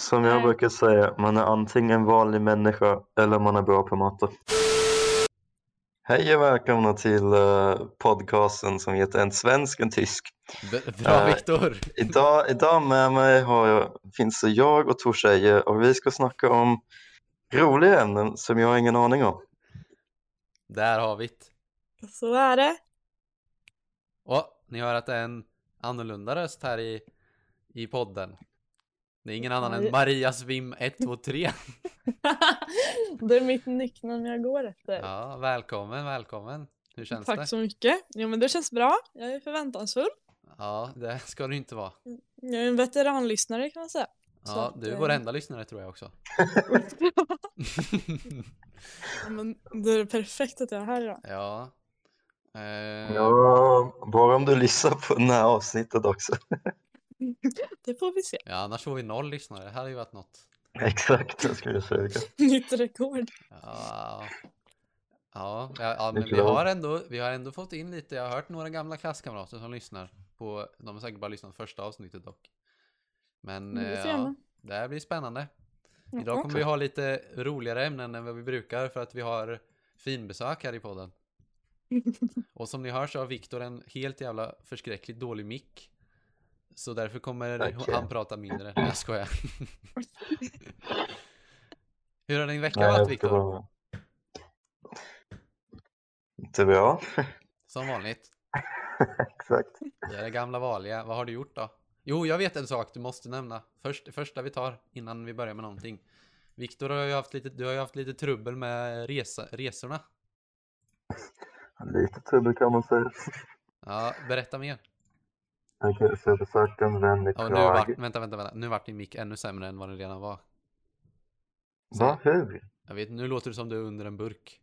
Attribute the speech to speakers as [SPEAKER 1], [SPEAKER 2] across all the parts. [SPEAKER 1] Som jag
[SPEAKER 2] Nej.
[SPEAKER 1] brukar säga, man är antingen vanlig människa eller man är bra på matte. Hej och välkomna till eh, podcasten som heter En svensk, en tysk.
[SPEAKER 3] B- Bra
[SPEAKER 1] Eh,
[SPEAKER 3] Viktor!
[SPEAKER 1] Idag, idag med mig har jag, finns det jag och två tjejer och vi ska snacka om roliga ämnen som jag har ingen aning om.
[SPEAKER 3] Där har vi det.
[SPEAKER 2] Så är det.
[SPEAKER 3] Och ni hör att det är en annorlunda röst här i, i podden. Det är ingen annan än
[SPEAKER 2] Maria-
[SPEAKER 3] Maria Svim 123.
[SPEAKER 2] det är mitt nicknamn jag går efter.
[SPEAKER 3] Ja, välkommen, välkommen. Hur känns
[SPEAKER 2] Tack
[SPEAKER 3] det?
[SPEAKER 2] så mycket. Jo men det känns bra. Jag är förväntansfull.
[SPEAKER 3] Ja, det ska du inte vara.
[SPEAKER 2] Jag är en veteranlyssnare kan man säga. Så
[SPEAKER 3] Ja,
[SPEAKER 2] att,
[SPEAKER 3] du är
[SPEAKER 2] eh,
[SPEAKER 3] vår enda lyssnare tror jag också.
[SPEAKER 2] Ja, men det är perfekt att jag är här idag.
[SPEAKER 3] ja. Eh,
[SPEAKER 1] Ja, bara om du lyssnar på det här avsnittet också.
[SPEAKER 2] Det får vi se.
[SPEAKER 3] ja, annars får vi noll lyssnare. Det hade ju varit något.
[SPEAKER 1] Exakt, jag skulle säga.
[SPEAKER 2] Nytt rekord.
[SPEAKER 3] Ja, ja, ja, ja men
[SPEAKER 1] Mycket
[SPEAKER 3] vi
[SPEAKER 1] bra.
[SPEAKER 3] har, ändå, vi har ändå fått in lite. Jag har hört några gamla klasskamrater som lyssnar. På, de har säkert bara lyssnat första avsnittet dock. Men
[SPEAKER 2] Mm,
[SPEAKER 3] eh,
[SPEAKER 2] vi får
[SPEAKER 3] ja,
[SPEAKER 2] gärna.
[SPEAKER 3] det här blir spännande.
[SPEAKER 2] Ja.
[SPEAKER 3] Idag kommer vi ha lite roligare ämnen än vad vi brukar för att vi har finbesök här i podden. Och som ni hör så har Viktor en helt jävla förskräckligt dålig mick. Så därför kommer
[SPEAKER 1] Okej.
[SPEAKER 3] han prata mindre. Nej, Jag skojar. Hur har din vecka
[SPEAKER 1] Nej,
[SPEAKER 3] varit
[SPEAKER 1] det
[SPEAKER 3] Viktor?
[SPEAKER 1] var- Inte bra,
[SPEAKER 3] Som vanligt.
[SPEAKER 1] exakt.
[SPEAKER 3] Det är det gamla vanliga. Vad har du gjort då? Jo, jag vet en sak du måste nämna. Först, det första vi tar innan vi börjar med någonting. Viktor har ju haft lite, du har ju haft lite trubbel med resa, resorna.
[SPEAKER 1] Lite trubbel kan man säga.
[SPEAKER 3] Ja, berätta mer.
[SPEAKER 1] Okej, så jag besökte en vän i
[SPEAKER 3] Ja,
[SPEAKER 1] Prag.
[SPEAKER 3] nu vart, vänta, vänta, vänta. Nu vart din mick ännu sämre än vad den redan var.
[SPEAKER 1] Va? Hur?
[SPEAKER 3] Jag vet, nu låter det som du är under en burk.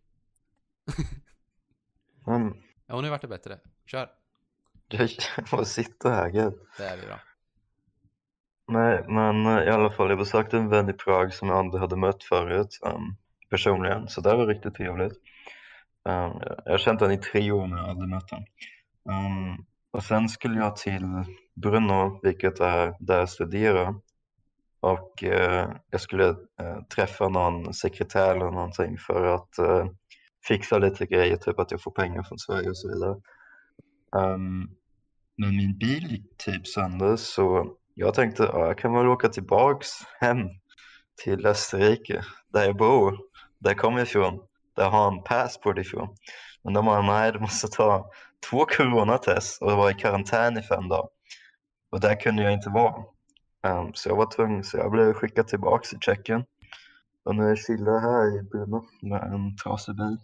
[SPEAKER 1] Men,
[SPEAKER 3] Ja, nu vart det bättre. Kör.
[SPEAKER 1] jag jag sitter här, gud.
[SPEAKER 3] Det är vi bra.
[SPEAKER 1] Nej, men eh, i alla fall, jag besökte en vän i Prag som jag aldrig hade mött förut um, personligen, så det var riktigt trevligt. Ehm, jag- jag har känt honom i tre år men jag har aldrig mött honom. Ehm, och sen skulle jag till Brno, vilket är där jag studerar. Och eh, jag skulle eh, träffa någon sekretär eller någonting för att eh, fixa lite grejer, typ att jag får pengar från Sverige och så vidare. Ehm, men min bil gick typ sönder så jag tänkte ja, jag kan väl åka tillbaks hem till Österrike där jag bor, där jag kommer ifrån, där jag har en passport ifrån. Men de bara nej, du måste ta två coronatest och vara i karantän i fem dagar. Och där kunde jag inte vara. Ehm, så jag var tvungen, så jag blev skickad tillbaks till Tjeckien. Och nu chillar jag här i Brno med en trasig bil.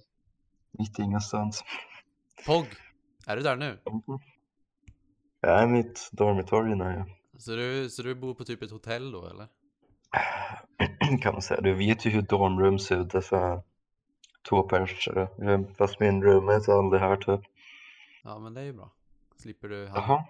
[SPEAKER 1] Mitt i ingenstans.
[SPEAKER 3] Pog, är du där nu?
[SPEAKER 1] Mhm. Jag är i mitt dormitorie nu. ja.
[SPEAKER 3] Så du, så du bor på typ ett hotell då eller?
[SPEAKER 1] kan man säga. Du vet ju hur dormrum ser ut, dessa två persare. Rum- Fast min roommate har aldrig hört det.
[SPEAKER 3] Ja, men det är ju bra. Slipper du... ha-
[SPEAKER 1] Jaha.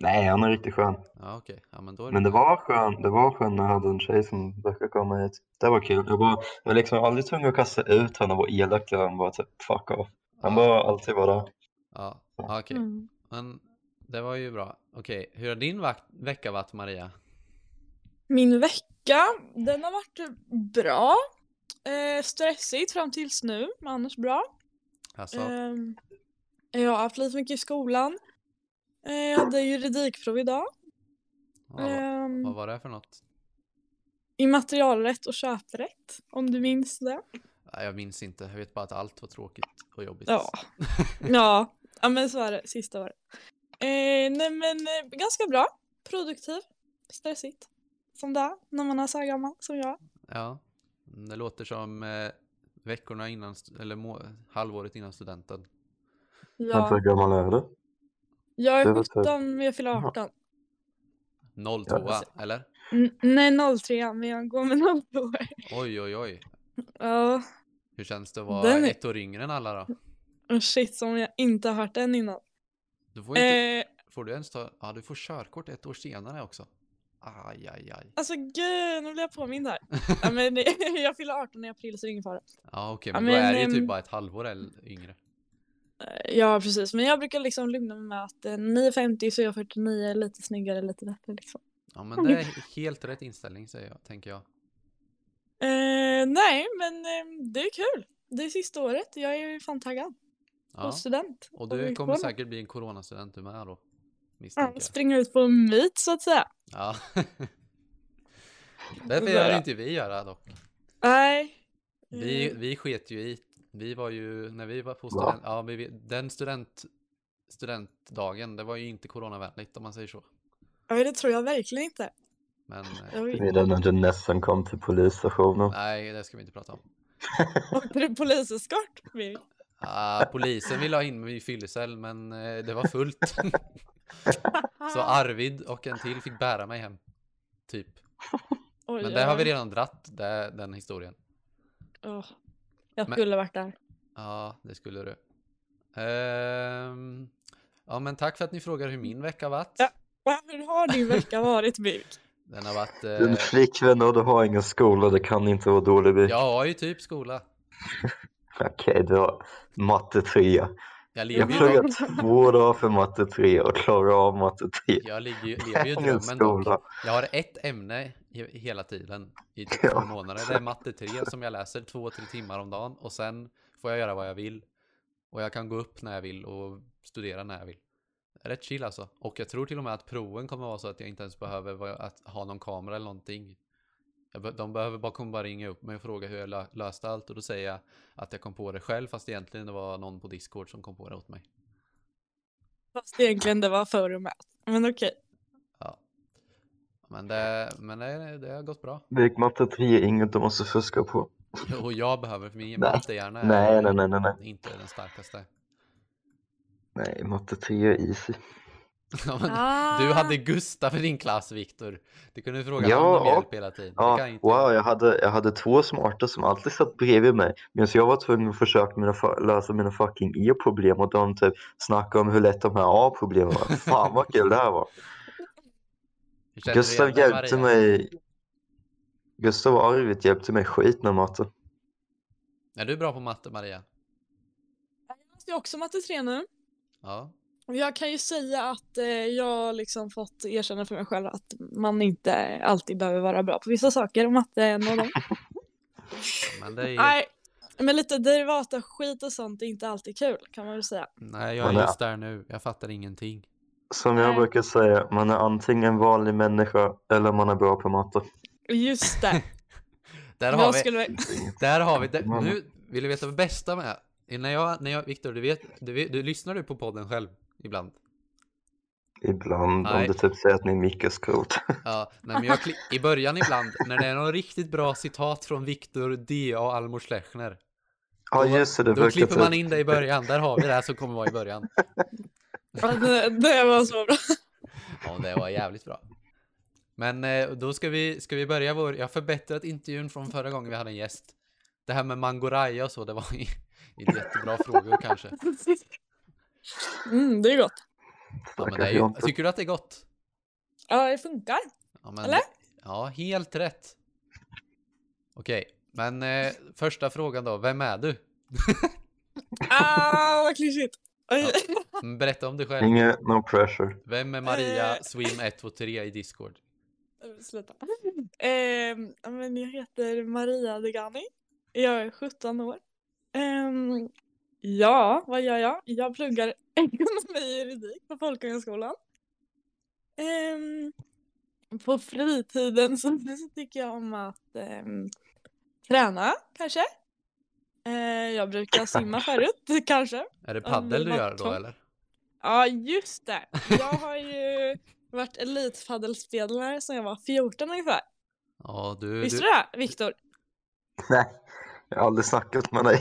[SPEAKER 1] Nej, han är riktigt skön.
[SPEAKER 3] Ja, okej. Ja, men då är
[SPEAKER 1] Men det var skön, det var skön när jag hade en tjej som verkar komma hit. Det var kul. Jag var, jag var liksom aldrig tvungen att kasta ut honom och vara elak till honom. Bara typ fuck off. Han
[SPEAKER 3] Ja.
[SPEAKER 1] bara alltid var där.
[SPEAKER 3] Ja, ja, okej.
[SPEAKER 2] Mm.
[SPEAKER 3] Men det var ju bra. Okej, hur har din vak- vecka varit Maria?
[SPEAKER 2] Min vecka, den har varit bra. Eh, stressigt fram tills nu, men annars bra.
[SPEAKER 3] Alltså,
[SPEAKER 2] Ehm, jag har haft lite mycket i skolan. Eh, jag hade juridikprov idag.
[SPEAKER 3] vad, var-
[SPEAKER 2] Ehm,
[SPEAKER 3] vad var det för något?
[SPEAKER 2] immaterialrätt och köprätt, om du minns det.
[SPEAKER 3] Nej, Jag minns inte, jag vet bara att allt var tråkigt och jobbigt.
[SPEAKER 2] Ja. ja. ja, men så är det. Sista året. Eh, nej, men eh, ganska bra. Produktiv. Stressigt. Som det är när man är så här gammal som jag.
[SPEAKER 3] Ja, Mm, det låter som eh, veckorna innan, st- eller må- halvåret innan studenten.
[SPEAKER 1] Han sa,
[SPEAKER 2] Ja,
[SPEAKER 1] hur gammal är du?
[SPEAKER 2] jag
[SPEAKER 1] det
[SPEAKER 2] är
[SPEAKER 1] var typ-
[SPEAKER 2] 17, men jag fyller
[SPEAKER 1] Jaha.
[SPEAKER 2] 18.
[SPEAKER 3] 02
[SPEAKER 2] Ja.
[SPEAKER 3] eller?
[SPEAKER 2] N- nej, 03, men jag går med 0 år.
[SPEAKER 3] Oj, oj, oj.
[SPEAKER 2] Ja,
[SPEAKER 3] Hur känns det att vara
[SPEAKER 2] Den är-
[SPEAKER 3] ett år yngre än alla då?
[SPEAKER 2] och oh, shit som jag inte har hört den innan.
[SPEAKER 3] Du får, inte,
[SPEAKER 2] Eh,
[SPEAKER 3] får du ens ta, ja du får körkort ett år senare också. Aj, aj, aj.
[SPEAKER 2] alltså gud, nu blir jag påmind här. ja, men, det- jag fyller 18 i april, så det är ingen fara.
[SPEAKER 3] Ja okej,
[SPEAKER 2] Ja,
[SPEAKER 3] men, då
[SPEAKER 2] men,
[SPEAKER 3] är det ju
[SPEAKER 2] ehm,
[SPEAKER 3] typ bara ett halvår eller yngre.
[SPEAKER 2] Ja precis, men jag brukar liksom lugna mig med att eh, 9.50 så är jag 49, lite snyggare, lite bättre liksom.
[SPEAKER 3] Ja men det är helt rätt inställning säger jag, tänker jag.
[SPEAKER 2] Eh, nej, men eh, det är kul. Det är sista året. Jag är ju fan taggad.
[SPEAKER 3] Ja.
[SPEAKER 2] Och student.
[SPEAKER 3] Och
[SPEAKER 2] vi
[SPEAKER 3] du kommer
[SPEAKER 2] får-
[SPEAKER 3] säkert bli en coronastudent du med då.
[SPEAKER 2] Ja,
[SPEAKER 3] Misstänker jag.
[SPEAKER 2] springa ut på en myt så att säga.
[SPEAKER 3] Ja. Därför gör inte vi göra dock.
[SPEAKER 2] Nej.
[SPEAKER 3] Vi,
[SPEAKER 2] Eh,
[SPEAKER 3] vi sket ju i, vi var ju, när vi var på
[SPEAKER 1] Va?
[SPEAKER 3] student, ja, men vi, den student, studentdagen, det var ju inte coronavänligt om man säger så.
[SPEAKER 2] Nej, det tror jag verkligen inte.
[SPEAKER 3] Men eh,
[SPEAKER 2] Jag
[SPEAKER 1] Vid när du nästan kom till polisstationen.
[SPEAKER 3] nej, det ska vi inte prata om.
[SPEAKER 2] åkte till poliseskort. Birgit.
[SPEAKER 3] Ah, polisen ville ha in mig i fyllecell, men eh, det var fullt. så
[SPEAKER 2] Ah.
[SPEAKER 3] Arvid och en till fick bära mig hem. Typ.
[SPEAKER 2] Oj,
[SPEAKER 3] Men det har vi
[SPEAKER 2] oj.
[SPEAKER 3] redan dratt, det, den historien.
[SPEAKER 2] Åh, jag
[SPEAKER 3] Men-
[SPEAKER 2] skulle varit där.
[SPEAKER 3] Ja, det skulle du. Ehm, ja, men tack för att ni frågar hur min vecka har varit.
[SPEAKER 2] Ja. Va, Hur har din vecka varit Birk?
[SPEAKER 3] Den har varit...
[SPEAKER 1] Du är en
[SPEAKER 3] Eh,
[SPEAKER 1] flickvän och du har ingen skola, det kan inte vara dålig betyg.
[SPEAKER 3] jag har ju typ skola.
[SPEAKER 1] Okej, du har matte 3.
[SPEAKER 3] Jag
[SPEAKER 1] Jag
[SPEAKER 3] lever ju,
[SPEAKER 1] pluggar två dagar för matte 3 och klarar av matte 3.
[SPEAKER 3] jag ligger, ju- lever ju
[SPEAKER 1] Ingen
[SPEAKER 3] drömmen.
[SPEAKER 1] skola.
[SPEAKER 3] Dock. Jag har ett ämne i- hela tiden i typ
[SPEAKER 1] Ja.
[SPEAKER 3] två månader. Det är matte 3 som jag läser två, tre timmar om dagen och sen får jag göra vad jag vill. Och jag kan gå upp när jag vill och studera när jag vill. Rätt chill alltså. Och jag tror till och med att proven kommer vara så att jag inte ens behöver vara- att ha någon kamera eller någonting. Jag be- De behöver bara komma bara ringa upp mig och fråga hur jag lö- löste allt och då säger jag att jag kom på det själv fast egentligen det var någon på Discord som kom på det åt mig.
[SPEAKER 2] Fast egentligen det var för och med. Men okej.
[SPEAKER 3] Ja. Men det, men det, det har gått bra.
[SPEAKER 1] Det gick matte 3 inget du måste fuska på.
[SPEAKER 3] Och jag behöver, för min
[SPEAKER 1] Nej.
[SPEAKER 3] mattehjärna
[SPEAKER 1] Nej, nej, nej, nej, nej.
[SPEAKER 3] inte den starkaste.
[SPEAKER 1] Nej, matte 3 är easy.
[SPEAKER 3] Ja,
[SPEAKER 2] Ah.
[SPEAKER 3] men Du hade Gustav i din klass, Viktor. Du kunde fråga
[SPEAKER 1] Ja,
[SPEAKER 3] honom om
[SPEAKER 1] och-
[SPEAKER 3] hjälp hela tiden. Det
[SPEAKER 1] Ja,
[SPEAKER 3] kan ju inte...
[SPEAKER 1] wow, jag hade, jag hade två smarta som alltid satt bredvid mig medan jag var tvungen att försöka mina, fa- lösa mina fucking E-problem och de typ snackade om hur lätt de här A-problemen var. Fan vad kul det här var.
[SPEAKER 3] Hur känner du igen
[SPEAKER 1] Gustav
[SPEAKER 3] dig,
[SPEAKER 1] hjälpte
[SPEAKER 3] Maria?
[SPEAKER 1] mig Gustav och Arvid hjälpte mig skit med matte.
[SPEAKER 3] Är du bra på matte, Maria?
[SPEAKER 2] Jag måste ju också matte 3 nu.
[SPEAKER 3] Ja.
[SPEAKER 2] Och Jag kan ju säga att eh, jag liksom fått erkänna för mig själv att man inte alltid behöver vara bra på vissa saker och matte är en av dem.
[SPEAKER 3] Men det är ju... Nej.
[SPEAKER 2] Nej, men lite derivata skit och sånt är inte alltid kul kan man väl säga.
[SPEAKER 3] jag
[SPEAKER 1] Men
[SPEAKER 3] är
[SPEAKER 1] det-
[SPEAKER 3] just där nu. Jag fattar ingenting.
[SPEAKER 1] Som jag
[SPEAKER 2] Nej.
[SPEAKER 1] brukar säga, man är antingen en vanlig människa eller man är bra på matte.
[SPEAKER 2] Just det.
[SPEAKER 3] Där har
[SPEAKER 2] jag
[SPEAKER 3] vi...
[SPEAKER 2] skulle...
[SPEAKER 3] Där har vi det.
[SPEAKER 1] Mamma.
[SPEAKER 3] Nu vill du veta det bästa med. När jag, när jag, Viktor, du vet, du, vet- du lyssnar du på podden själv ibland?
[SPEAKER 1] Ibland, om
[SPEAKER 3] Nej.
[SPEAKER 1] du typ säger att min mick är skrot.
[SPEAKER 3] Ja, nej, men jag kli- i början ibland, när det är någon riktigt bra citat från Viktor D.A. Almor Schlechner,
[SPEAKER 1] Ja
[SPEAKER 3] Då-
[SPEAKER 1] just det, du
[SPEAKER 3] då
[SPEAKER 1] brukar
[SPEAKER 3] klipper
[SPEAKER 1] typ...
[SPEAKER 3] man in det i början. Där har vi det här som kommer vara i början.
[SPEAKER 2] Ja, det, det var så bra.
[SPEAKER 3] Ja, det var jävligt bra. Men eh, då ska vi, ska vi börja vår, jag har förbättrat intervjun från förra gången vi hade en gäst. Det här med Mangoraya och så, det var i- inte jättebra frågor kanske.
[SPEAKER 2] Mm, det är gott.
[SPEAKER 3] Ja, men
[SPEAKER 1] Stackars
[SPEAKER 3] det är ju,
[SPEAKER 1] Jonte.
[SPEAKER 3] tycker du att det är gott?
[SPEAKER 2] Ja, det funkar.
[SPEAKER 3] Ja, men,
[SPEAKER 2] Eller?
[SPEAKER 3] Ja, helt rätt. Okej, men eh, första frågan då, vem är du?
[SPEAKER 2] Ah, vad klyschigt. Oj.
[SPEAKER 3] Mm, Berätta om dig själv.
[SPEAKER 1] Inget, no pressure.
[SPEAKER 3] Vem är Maria Swim 123 i Discord?
[SPEAKER 2] Sluta. Ehm, ja, men jag heter Maria Degani. Jag är 17 år. Ehm, ja, vad gör jag? Jag pluggar ekonomi och juridik på Folkhögskolan. Ehm, på fritiden så tycker jag om att ehm, träna, kanske. Ehm, jag brukar simma förut, kanske.
[SPEAKER 3] Är det
[SPEAKER 2] Ja, men
[SPEAKER 3] paddel du
[SPEAKER 2] vad
[SPEAKER 3] gör då
[SPEAKER 2] trångt.
[SPEAKER 3] eller?
[SPEAKER 2] Ja, just det. Jag har ju varit elitpaddelspelare sedan jag var 14 ungefär.
[SPEAKER 3] Ja, du,
[SPEAKER 2] Visste
[SPEAKER 3] du,
[SPEAKER 2] du det, Viktor?
[SPEAKER 1] Nej, jag har aldrig snackat med dig.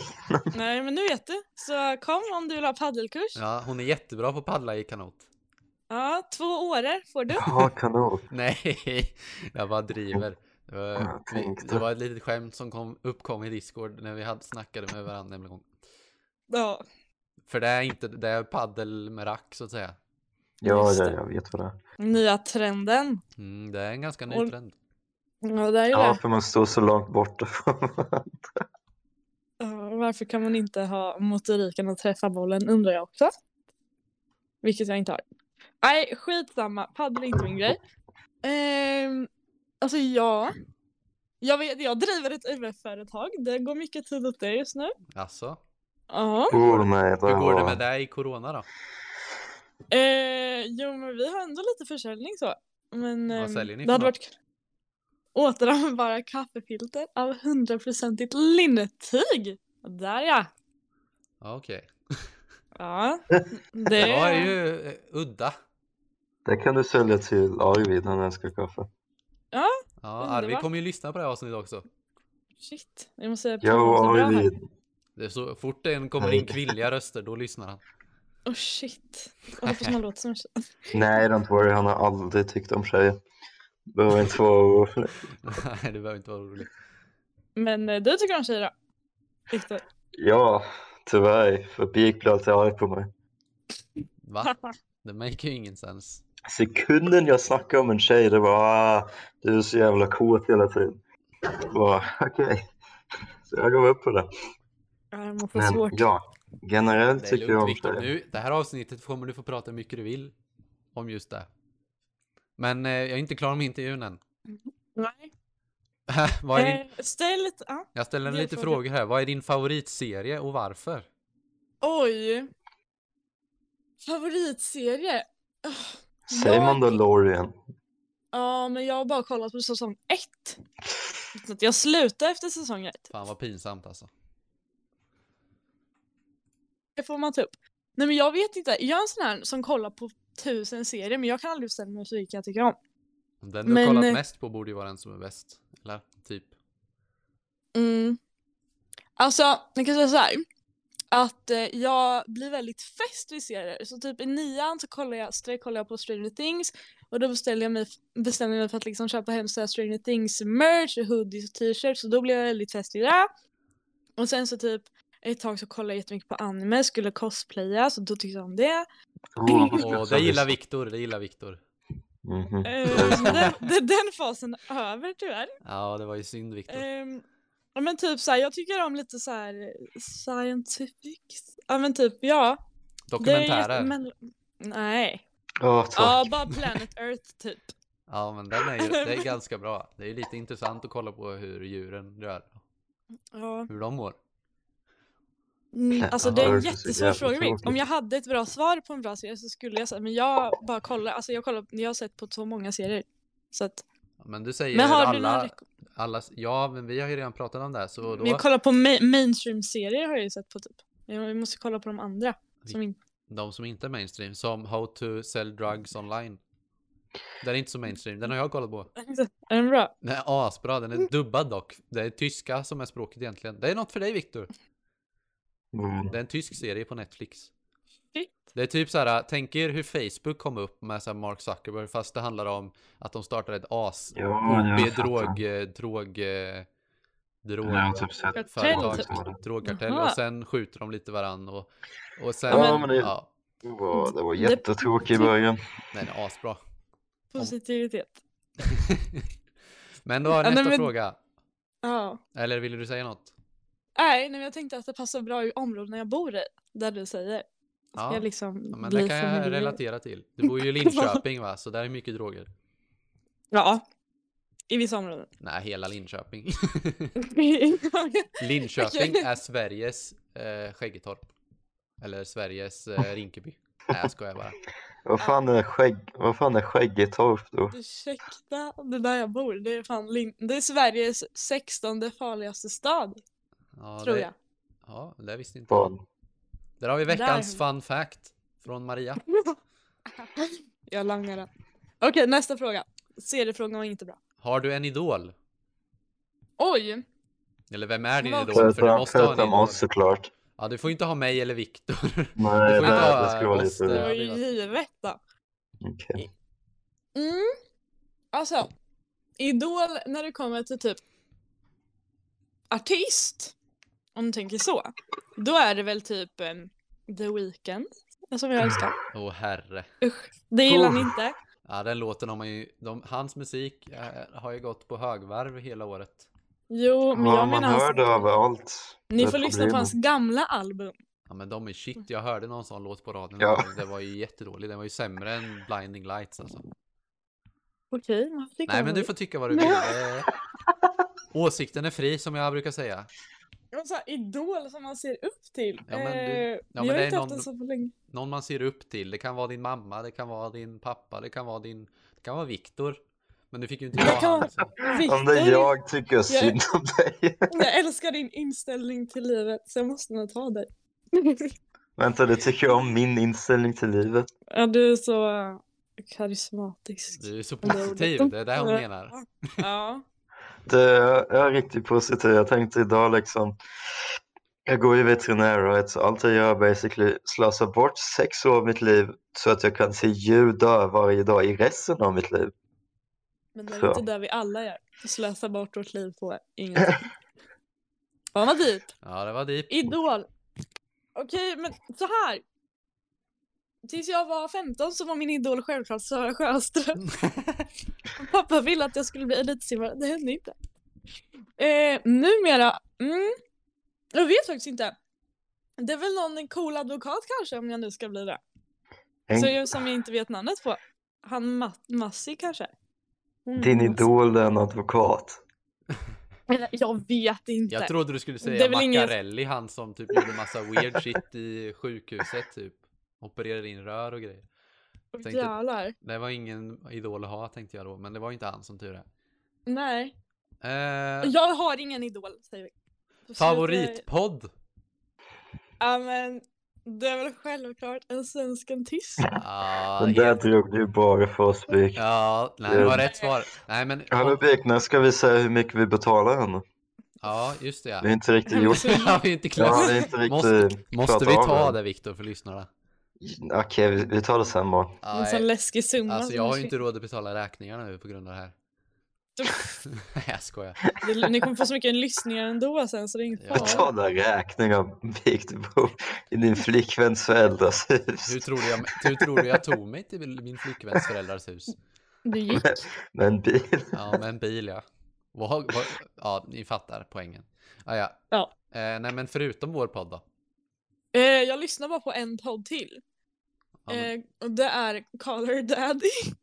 [SPEAKER 2] Nej, men nu vet du. Så kom om du vill ha paddelkurs. Ja,
[SPEAKER 3] ja, hon är jättebra på att paddla i kanot.
[SPEAKER 2] två årer får du.
[SPEAKER 1] Ja, kanot.
[SPEAKER 3] Nej, jag bara driver. Det var,
[SPEAKER 1] Jag tänkte.
[SPEAKER 3] vi, det var ett litet skämt som kom, uppkom i Discord när vi hade, snackade med varandra en gång.
[SPEAKER 2] Ja,
[SPEAKER 3] För det är inte, det är paddel med rack så att säga.
[SPEAKER 1] Ja,
[SPEAKER 2] Just
[SPEAKER 1] ja,
[SPEAKER 2] det.
[SPEAKER 1] jag vet vad det är.
[SPEAKER 2] nya trenden.
[SPEAKER 3] Mm, det är en ganska ny
[SPEAKER 2] Och-
[SPEAKER 3] trend.
[SPEAKER 2] Ja, det är ju
[SPEAKER 1] Ja,
[SPEAKER 2] det.
[SPEAKER 1] för man står så långt borta från varandra.
[SPEAKER 2] Ja, Varför kan man inte ha motoriken att träffa bollen undrar jag också. Vilket jag inte har. Nej, skitsamma. Paddel är inte min grej. Ehm, alltså ja. Jag, vet, jag driver ett UF-företag. Det går mycket tid åt det just nu.
[SPEAKER 3] Alltså,
[SPEAKER 2] Ja.
[SPEAKER 3] går det-
[SPEAKER 1] Oh, nej,
[SPEAKER 3] hur går det med
[SPEAKER 1] det?
[SPEAKER 3] dig i corona då?
[SPEAKER 2] Eh, jo men vi har ändå lite försäljning så. Men
[SPEAKER 3] Vad
[SPEAKER 2] ehm,
[SPEAKER 3] säljer ni
[SPEAKER 2] det
[SPEAKER 3] för
[SPEAKER 2] hade
[SPEAKER 3] något?
[SPEAKER 2] varit kul. återanvändbara kaffefilter av 100% linnetyg. Där ja.
[SPEAKER 3] Ja, Okej.
[SPEAKER 2] Ja.
[SPEAKER 3] Det
[SPEAKER 2] Det
[SPEAKER 3] var ju eh, udda.
[SPEAKER 1] Det kan du sälja till Arvid, han älskar kaffe.
[SPEAKER 3] Ja,
[SPEAKER 2] Underbart.
[SPEAKER 3] Arvid kommer ju lyssna på det här avsnittet också.
[SPEAKER 2] Shit. Jag måste
[SPEAKER 1] Jo,
[SPEAKER 2] prata så bra här.
[SPEAKER 1] Arvid.
[SPEAKER 3] Det är så fort det kommer in kvinnliga röster, då lyssnar han.
[SPEAKER 2] Oh shit. Jag hoppas man låter som en tjej.
[SPEAKER 1] Nej, don't worry, han har aldrig tyckt om tjejer. Behöver inte vara orolig.
[SPEAKER 3] Nej, du behöver inte vara orolig.
[SPEAKER 2] Men eh, du tycker om tjejer då? Viktor.
[SPEAKER 1] Ja, tyvärr, för Birk blir alltid arg på mig.
[SPEAKER 3] Va? Det make ju ingen sens.
[SPEAKER 1] Sekunden jag snackar om en tjej, det var ah, du är så jävla kåt hela tiden. Bara, Okej, så jag gav upp på det.
[SPEAKER 2] Ja, jag mår för
[SPEAKER 1] Men
[SPEAKER 2] svårt.
[SPEAKER 1] ja, generellt
[SPEAKER 3] Det är
[SPEAKER 1] tycker jag
[SPEAKER 3] lugnt
[SPEAKER 1] om
[SPEAKER 3] Viktor,
[SPEAKER 1] tjejer.
[SPEAKER 3] nu, det här avsnittet kommer du få prata hur mycket du vill om just det. Men eh, jag är inte klar med intervjun än.
[SPEAKER 2] Nej.
[SPEAKER 3] Vad är din...
[SPEAKER 2] Eh, ställ lite... Ja.
[SPEAKER 3] Jag ställer
[SPEAKER 2] del
[SPEAKER 3] lite
[SPEAKER 2] frågor.
[SPEAKER 3] frågor här. Vad är din favoritserie och varför?
[SPEAKER 2] Oj. Favoritserie? Ugh.
[SPEAKER 1] Säg
[SPEAKER 2] Jag-
[SPEAKER 1] Mandalorian.
[SPEAKER 2] Ja, men jag har bara kollat på säsong ett. Så att jag slutar efter säsong ett.
[SPEAKER 3] Fan vad pinsamt alltså.
[SPEAKER 2] Det får man ta upp. Nej men jag vet inte, jag är en sån här som kollar på tusen serier men jag kan aldrig bestämma mig för vilken jag tycker om.
[SPEAKER 3] Den du
[SPEAKER 2] Men,
[SPEAKER 3] kollat
[SPEAKER 2] eh,
[SPEAKER 3] mest på borde ju vara den som är bäst. Eller? Typ.
[SPEAKER 2] Mm. Alltså, jag kan säga så här. Att eh, jag blir väldigt fäst vid serier. Så typ i nian så kollar jag, strejk kollar jag på Stranger Things och då beställde jag mig, bestämde jag mig för att liksom köpa hem så här Stranger Things merch, hoodies och t-shirts så då blev jag väldigt fäst vid det. Och sen så typ ett tag så kollade jag jättemycket på anime, skulle cosplaya så då tyckte jag om det.
[SPEAKER 3] Och det gillar Viktor, det gillar Viktor.
[SPEAKER 1] Mhm.
[SPEAKER 2] Eh, det, det, den fasen är över tyvärr.
[SPEAKER 3] Ja, det var ju synd Viktor.
[SPEAKER 2] Ehm, ja men typ såhär, jag tycker om lite såhär eh, scientific. Ja men typ ja. Det är ju-
[SPEAKER 3] Dokumentärer.
[SPEAKER 2] men, nej.
[SPEAKER 1] Ja,
[SPEAKER 2] Ja
[SPEAKER 1] tack.
[SPEAKER 2] bara Planet Earth typ.
[SPEAKER 3] Ja, men den är ju det är ganska bra. Det är ju lite intressant att kolla på hur djuren rör.
[SPEAKER 2] Ja.
[SPEAKER 3] Hur de mår.
[SPEAKER 2] Mm,
[SPEAKER 1] Planet
[SPEAKER 2] alltså det är en
[SPEAKER 1] Earth är så
[SPEAKER 2] jättesvår
[SPEAKER 1] jävla
[SPEAKER 2] fråga Vic.
[SPEAKER 1] tråkigt.
[SPEAKER 2] Om jag hade ett bra svar på en bra serie så skulle jag säga, men jag bara kollar, alltså jag kollar, jag har sett på så många serier. Så att,
[SPEAKER 3] Men du säger
[SPEAKER 2] men har du några
[SPEAKER 3] alla,
[SPEAKER 2] reko-
[SPEAKER 3] alla... Ja, men vi har ju redan pratat om det här, så då...
[SPEAKER 2] Men jag kollar på ma- mainstream-serier har jag ju sett på typ. Men Jag måste kolla på de andra. Som inte
[SPEAKER 3] de som inte är mainstream, som How to sell drugs online. Den är inte så mainstream, den har jag kollat på.
[SPEAKER 2] är den bra?
[SPEAKER 3] Den är asbra, den är dubbad dock. Det är tyska som är språket egentligen. Det är något för dig Viktor.
[SPEAKER 1] Mm.
[SPEAKER 3] Det är en tysk serie på Netflix.
[SPEAKER 2] Shit.
[SPEAKER 3] Det är typ så här, tänk er hur Facebook kom upp med så här Mark Zuckerberg fast det handlar om att de startade ett as
[SPEAKER 1] Ja, jag
[SPEAKER 3] OB drog,
[SPEAKER 1] fattar.
[SPEAKER 3] eh, drog, eh, drog,
[SPEAKER 1] Jag har typ sett
[SPEAKER 2] Kartell,
[SPEAKER 3] företag,
[SPEAKER 2] typ.
[SPEAKER 3] drogkartell
[SPEAKER 2] Jaha.
[SPEAKER 3] och sen skjuter de lite varann och, och sen,
[SPEAKER 1] Ja,
[SPEAKER 3] ja,
[SPEAKER 1] men det- Det var, det var
[SPEAKER 2] Det-
[SPEAKER 1] jättetråkigt i början.
[SPEAKER 3] nej, den är asbra.
[SPEAKER 2] Positivitet.
[SPEAKER 3] Men då har
[SPEAKER 2] Ja, nej,
[SPEAKER 3] nästa
[SPEAKER 2] men-
[SPEAKER 3] fråga.
[SPEAKER 2] Ja.
[SPEAKER 3] Eller ville du säga något?
[SPEAKER 2] Nej, nej, men jag tänkte att det passar bra i områdena jag bor i, där du säger. Ska
[SPEAKER 3] Ja,
[SPEAKER 2] jag liksom
[SPEAKER 3] Ja, men
[SPEAKER 2] bli
[SPEAKER 3] det kan jag
[SPEAKER 2] familj-
[SPEAKER 3] relatera till. Du bor ju i Linköping va, så där är mycket droger.
[SPEAKER 2] Ja, i vissa områden.
[SPEAKER 3] Nej, hela Linköping.
[SPEAKER 2] ja,
[SPEAKER 3] Linköping
[SPEAKER 2] Okej.
[SPEAKER 3] är Sveriges eh, Skäggetorp. Eller Sveriges eh, Rinkeby. Nej, jag skojar bara.
[SPEAKER 1] Vad fan är skägg, vad fan är Skäggetorp då?
[SPEAKER 2] ursäkta, det där jag bor, det är fan Lin- det är Sveriges 16 farligaste stad,
[SPEAKER 3] Ja,
[SPEAKER 2] tror
[SPEAKER 3] det,
[SPEAKER 2] jag.
[SPEAKER 3] Ja, det visste inte jag.
[SPEAKER 1] Fan.
[SPEAKER 3] Där har vi veckans
[SPEAKER 2] Där.
[SPEAKER 3] fun fact från Maria.
[SPEAKER 2] jag langar den. Okej, nästa fråga. Seriefrågan var inte bra.
[SPEAKER 3] Har du en idol?
[SPEAKER 2] Oj! Eller
[SPEAKER 3] Eller vem är din
[SPEAKER 2] Vad-
[SPEAKER 3] idol? För du
[SPEAKER 1] Förutom,
[SPEAKER 3] måste ha en
[SPEAKER 1] förutom
[SPEAKER 3] idol.
[SPEAKER 1] oss såklart.
[SPEAKER 3] Ja, du får inte ha mig eller Viktor.
[SPEAKER 1] Nej,
[SPEAKER 3] Du får
[SPEAKER 1] det,
[SPEAKER 3] inte ha
[SPEAKER 1] det skulle vara
[SPEAKER 3] oss
[SPEAKER 1] lite...
[SPEAKER 2] det
[SPEAKER 3] där.
[SPEAKER 2] var
[SPEAKER 3] det
[SPEAKER 2] ju
[SPEAKER 3] var-
[SPEAKER 2] givet då.
[SPEAKER 1] Okej.
[SPEAKER 2] Mm. Alltså, Idol när det kommer till typ artist, om du tänker så, då är det väl typ em, The Weeknd eh, som
[SPEAKER 1] Mm.
[SPEAKER 2] jag älskar.
[SPEAKER 3] Åh herre.
[SPEAKER 2] Usch, det gillar ni inte.
[SPEAKER 3] Ja, den låten har man ju... De, hans musik eh, har ju gått på högvarv hela året.
[SPEAKER 2] Jo, men
[SPEAKER 1] Ja,
[SPEAKER 2] jag
[SPEAKER 1] man
[SPEAKER 2] menar
[SPEAKER 1] hör
[SPEAKER 2] hans,
[SPEAKER 1] det överallt. Det
[SPEAKER 2] ni
[SPEAKER 1] är
[SPEAKER 2] får lyssna på hans
[SPEAKER 1] problemet.
[SPEAKER 2] gamla album.
[SPEAKER 3] Ja men de är shit, jag hörde någon sån låt på radion.
[SPEAKER 1] Ja.
[SPEAKER 3] Det var ju jättedålig, den var ju sämre än Blinding Lights alltså.
[SPEAKER 2] Okej, man får tycka
[SPEAKER 3] Nej
[SPEAKER 2] vad
[SPEAKER 3] men
[SPEAKER 2] man
[SPEAKER 3] du
[SPEAKER 2] vill.
[SPEAKER 3] får tycka vad du vill. Eh, Åsikten är fri som jag brukar säga.
[SPEAKER 2] Och så här, idol som man ser upp till.
[SPEAKER 3] Ja, men du-
[SPEAKER 2] Eh,
[SPEAKER 3] ja,
[SPEAKER 2] jag
[SPEAKER 3] men det
[SPEAKER 2] har
[SPEAKER 3] är
[SPEAKER 2] inte haft
[SPEAKER 3] någon-
[SPEAKER 2] en så på länge.
[SPEAKER 3] Någon man ser upp till. Det kan vara din mamma, det kan vara din pappa, det kan vara din... Det kan vara Viktor. Men du fick ju inte
[SPEAKER 2] Det
[SPEAKER 3] jag
[SPEAKER 2] kan-
[SPEAKER 3] han. så-
[SPEAKER 1] Om Alltså, det är
[SPEAKER 2] Viktor, jag...
[SPEAKER 1] jag tycker synd om dig.
[SPEAKER 2] älskar din inställning till livet så jag måste nog ta dig.
[SPEAKER 1] Vänta, du tycker om min inställning till livet?
[SPEAKER 2] ja, du är så eh, karismatisk.
[SPEAKER 3] Du är så
[SPEAKER 2] Men det-
[SPEAKER 3] positiv, det är det hon
[SPEAKER 2] Ja.
[SPEAKER 3] menar.
[SPEAKER 2] Ja.
[SPEAKER 1] Det, jag är riktigt positiv. Jag tänkte idag liksom, jag går ju veterinäråret så allt jag gör basically slösar bort sex år av mitt liv så att jag kan se djur dö varje dag i resten av mitt liv.
[SPEAKER 2] Men det är
[SPEAKER 1] Så.
[SPEAKER 2] inte där vi alla gör. Slösa bort vårt liv på ingenting. Fan vad dyrt.
[SPEAKER 3] Ja, det var deep.
[SPEAKER 2] Idol. Okej, men så här. Tills jag var 15 så var min idol självklart Sara Sjöström. Pappa ville att jag skulle bli elitsimmare, det hände inte. Eh, numera, mm, jag vet faktiskt inte. Det är väl någon cool advokat kanske om jag nu ska bli det.
[SPEAKER 1] En,
[SPEAKER 2] Så jag, som jag inte vet namnet på. Han Ma- Massi kanske? Mm. Hon-
[SPEAKER 1] din idol är en advokat.
[SPEAKER 2] Eller, Jag vet inte.
[SPEAKER 3] Jag trodde du skulle
[SPEAKER 2] Det
[SPEAKER 3] säga
[SPEAKER 2] är väl ingen-
[SPEAKER 3] Macarelli, han som typ gjorde massa weird shit i sjukhuset typ. Opererade in rör och grejer.
[SPEAKER 2] Åh,
[SPEAKER 3] tänkte-
[SPEAKER 2] Jävlar.
[SPEAKER 3] Det var ingen idol att ha tänkte jag då, men det var ju inte han som tur är.
[SPEAKER 2] Nej.
[SPEAKER 3] Eh,
[SPEAKER 2] Jag har ingen idol, säger vi. Så slutar-
[SPEAKER 3] Favoritpodd?
[SPEAKER 2] Ja men det är väl självklart en svensken tyst.
[SPEAKER 3] Ja,
[SPEAKER 1] Den där
[SPEAKER 3] Ah, helt...
[SPEAKER 1] drog du bara för oss Birk.
[SPEAKER 3] ja, nej det var rätt svar. Nej men,
[SPEAKER 1] Hallå Birk, när ska vi säga hur mycket vi betalar henne?
[SPEAKER 3] ja just det ja.
[SPEAKER 1] Det är inte riktigt gjort.
[SPEAKER 3] Det har vi inte
[SPEAKER 1] Ja,
[SPEAKER 3] klart.
[SPEAKER 1] det är inte
[SPEAKER 3] Måste-
[SPEAKER 1] riktigt
[SPEAKER 3] Måste vi
[SPEAKER 1] pratat av
[SPEAKER 3] ta
[SPEAKER 1] än.
[SPEAKER 3] det Viktor för lyssnarna?
[SPEAKER 1] Okej, vi, vi tar det sen bara.
[SPEAKER 2] En sån
[SPEAKER 3] Nej,
[SPEAKER 2] läskig summa.
[SPEAKER 3] alltså
[SPEAKER 2] som
[SPEAKER 3] jag har ju
[SPEAKER 2] ni-
[SPEAKER 3] inte råd att betala räkningarna nu på grund av det här. Nej jag skojar.
[SPEAKER 2] Det- Ni kommer få så mycket lyssningar ändå sen så det är ingen
[SPEAKER 3] Ja.
[SPEAKER 2] fara.
[SPEAKER 1] Ta den räkningar Birk, du bor i din flickväns föräldrars hus.
[SPEAKER 3] Hur tror, du jag, hur tror du jag tog mig till min flickväns föräldrars hus?
[SPEAKER 2] Det gick.
[SPEAKER 1] Med en bil.
[SPEAKER 3] Ja, med en bil ja. Vad, vad, ja, ni fattar poängen. Ah, ja.
[SPEAKER 2] Ja.
[SPEAKER 3] Eh, nej, men förutom vår podd då?
[SPEAKER 2] Eh, jag lyssnar bara på en podd till.
[SPEAKER 3] Ja, men-
[SPEAKER 2] Eh, och det är Call Her Daddy.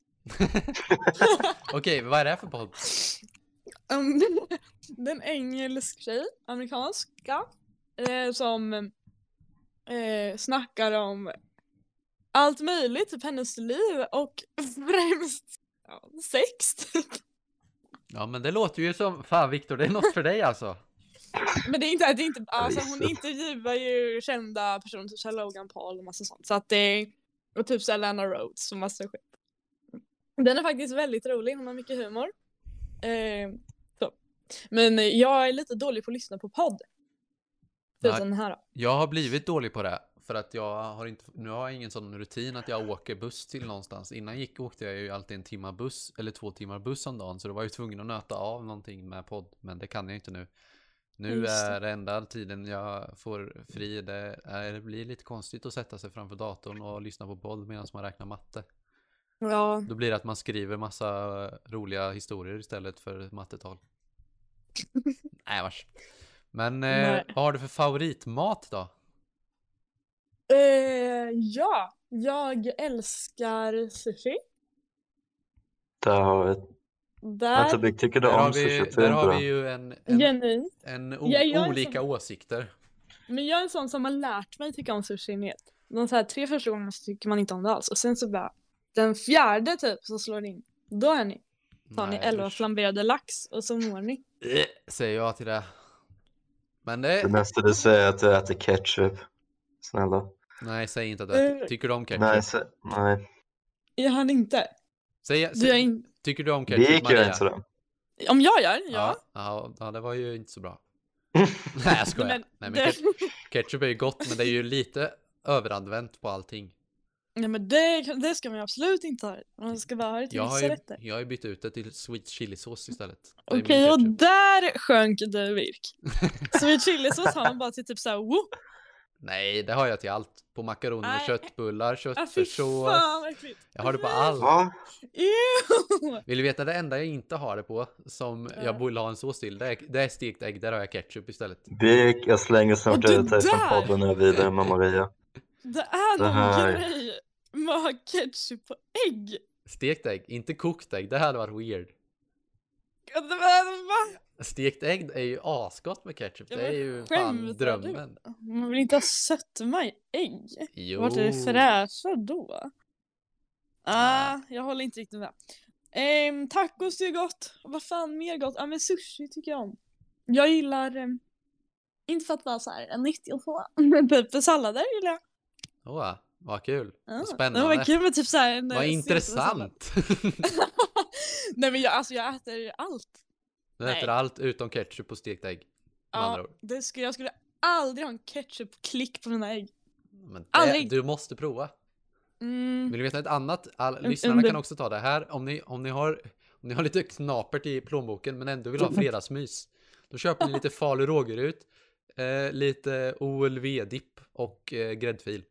[SPEAKER 3] Okej, vad är det här för podd?
[SPEAKER 2] Um, det är en engelsk tjej, amerikanska, eh, som eh, snackar om allt möjligt, typ hennes liv och främst ja, sex typ.
[SPEAKER 3] Ja, men det låter ju som, fan Viktor, det är något för dig alltså.
[SPEAKER 2] Men det är inte, det är inte alltså, hon
[SPEAKER 1] visst.
[SPEAKER 2] intervjuar ju kända personer, typ såhär Logan Paul och massa sånt. Så att det är, och typ såhär Lana Rhodes och massa skit. Den är faktiskt väldigt rolig, hon har mycket humor. Eh, så. Men eh, jag är lite dålig på att lyssna på podd.
[SPEAKER 3] Nej.
[SPEAKER 2] Förutom den här då.
[SPEAKER 3] Jag har blivit dålig på det, för att jag har inte, nu har jag ingen sån rutin att jag åker buss till någonstans. Innan jag gick åkte jag ju alltid en timma buss, eller två timmar buss om dagen, så då var jag ju tvungen att nöta av någonting med podd, men det kan jag inte nu. Nu
[SPEAKER 2] Just det.
[SPEAKER 3] är det enda tiden jag får fri, det, är, det blir lite konstigt att sätta sig framför datorn och lyssna på podd medan man räknar matte.
[SPEAKER 2] Ja,
[SPEAKER 3] Då blir det att man skriver massa roliga historier istället för mattetal. Nej vars. Men eh,
[SPEAKER 2] Nej.
[SPEAKER 3] vad har du för favoritmat då?
[SPEAKER 2] Eh, ja, jag älskar sushi.
[SPEAKER 1] Där har vi Vänta,
[SPEAKER 2] Där,
[SPEAKER 1] Birk, tycker du
[SPEAKER 3] Där har
[SPEAKER 1] om
[SPEAKER 3] vi,
[SPEAKER 1] sushi?
[SPEAKER 3] där har vi ju Alltså, en, en,
[SPEAKER 2] genuint.
[SPEAKER 3] en o,
[SPEAKER 2] Ja, jag är
[SPEAKER 3] olika
[SPEAKER 2] som-
[SPEAKER 3] åsikter.
[SPEAKER 2] Men jag är en sån som har lärt mig tycka om sushi mer. De så här tre första gångerna så tycker man inte om det alls. Och sen så bara, den fjärde typ så slår det in. Då är ni. Tar ni
[SPEAKER 3] Nej,
[SPEAKER 2] elva
[SPEAKER 3] usch.
[SPEAKER 2] flamberade lax och så mår ni.
[SPEAKER 3] Eh, Säger jag till det. Men
[SPEAKER 1] Det
[SPEAKER 3] det...
[SPEAKER 1] nästa du säger är att du äter ketchup. Snälla.
[SPEAKER 3] Nej, säg inte att du äter-
[SPEAKER 2] Eh.
[SPEAKER 3] Tycker du om ketchup?
[SPEAKER 1] Nej, se, nej.
[SPEAKER 2] Jag hann inte.
[SPEAKER 3] Säg,
[SPEAKER 2] Du är
[SPEAKER 3] säg,
[SPEAKER 2] in...
[SPEAKER 3] tycker du om
[SPEAKER 1] Det
[SPEAKER 3] ketchup,
[SPEAKER 1] gick ju
[SPEAKER 3] Maria?
[SPEAKER 1] inte så.
[SPEAKER 2] Om jag gör? Ja.
[SPEAKER 3] Ja. Ja, ja, det var ju inte så bra. Nej, jag skojar. Nej, men
[SPEAKER 2] det...
[SPEAKER 3] ketchup, ketchup är ju gott, men det är ju lite överanvänt på allting.
[SPEAKER 2] Nej men det, det ska man ju absolut inte ha. Man ska bara ha det till
[SPEAKER 3] Jag har,
[SPEAKER 2] vissa
[SPEAKER 3] ju,
[SPEAKER 2] rätter.
[SPEAKER 3] jag har ju bytt ut det till sweet chili-sås istället. Det är min
[SPEAKER 2] Okej, och
[SPEAKER 3] ketchup.
[SPEAKER 2] där sjönk du Virk. Sweet chilisås har man bara till typ såhär whoop.
[SPEAKER 3] Nej, det har jag till allt. På makaroner,
[SPEAKER 2] Nej.
[SPEAKER 3] köttbullar,
[SPEAKER 2] Ah, fy
[SPEAKER 3] köttfärssås.
[SPEAKER 2] fan vad äckligt.
[SPEAKER 3] Jag har det på allt.
[SPEAKER 1] Va?
[SPEAKER 2] Ew.
[SPEAKER 3] Vill du veta det enda jag inte har det på, som
[SPEAKER 2] Ja.
[SPEAKER 3] jag borde ha en sås till, det är, det är stekt ägg. Där har jag ketchup istället.
[SPEAKER 1] Birk, jag slänger
[SPEAKER 2] Och
[SPEAKER 1] snart
[SPEAKER 2] det
[SPEAKER 1] ut dig från
[SPEAKER 2] där!
[SPEAKER 1] podden och vidare med Maria.
[SPEAKER 2] Det är
[SPEAKER 1] Det
[SPEAKER 2] någon
[SPEAKER 1] här-
[SPEAKER 2] grej med att ha ketchup på ägg.
[SPEAKER 3] Stekt ägg, inte kokt ägg. Det hade varit weird.
[SPEAKER 2] Gud, men va?
[SPEAKER 3] Stekt ägg är ju asgott med ketchup.
[SPEAKER 2] Ja,
[SPEAKER 3] Det är
[SPEAKER 2] men
[SPEAKER 3] ju fan
[SPEAKER 2] skämtar du?
[SPEAKER 3] drömmen.
[SPEAKER 2] Man vill inte ha sötma i ägg.
[SPEAKER 3] Jo.
[SPEAKER 2] Vart är det fräscha då? Ah, jag håller inte riktigt med. Ehm, tacos är gott. Vad fan mer gott? Ja ah, men sushi tycker jag om. Jag gillar, ehm, inte för att vara så här en nyttig och så, men typ sallader gillar jag.
[SPEAKER 3] Åh, vad kul.
[SPEAKER 2] Ah,
[SPEAKER 3] Vad
[SPEAKER 2] Det
[SPEAKER 3] spännande.
[SPEAKER 2] var kul med typ så här en, eh,
[SPEAKER 3] Vad
[SPEAKER 2] sill och sallad.
[SPEAKER 3] intressant.
[SPEAKER 2] Nej men jag, alltså jag äter allt.
[SPEAKER 3] Du äter
[SPEAKER 2] Nej.
[SPEAKER 3] allt utom ketchup och stekt ägg. Med
[SPEAKER 2] Ja,
[SPEAKER 3] andra ord.
[SPEAKER 2] det skulle, jag skulle aldrig ha en ketchup-klick på mina ägg.
[SPEAKER 3] Men det,
[SPEAKER 2] Aldrig.
[SPEAKER 3] du måste prova.
[SPEAKER 2] Mm.
[SPEAKER 3] Vill du veta ett annat? All,
[SPEAKER 2] Mm,
[SPEAKER 3] lyssnarna
[SPEAKER 2] under-
[SPEAKER 3] kan också ta det här. Om ni, om, ni har, om ni har lite knapert i plånboken men ändå vill
[SPEAKER 2] Mm.
[SPEAKER 3] ha fredagsmys. Då köper ni lite Falu rågurut, eh, lite OLV-dipp och eh, gräddfil.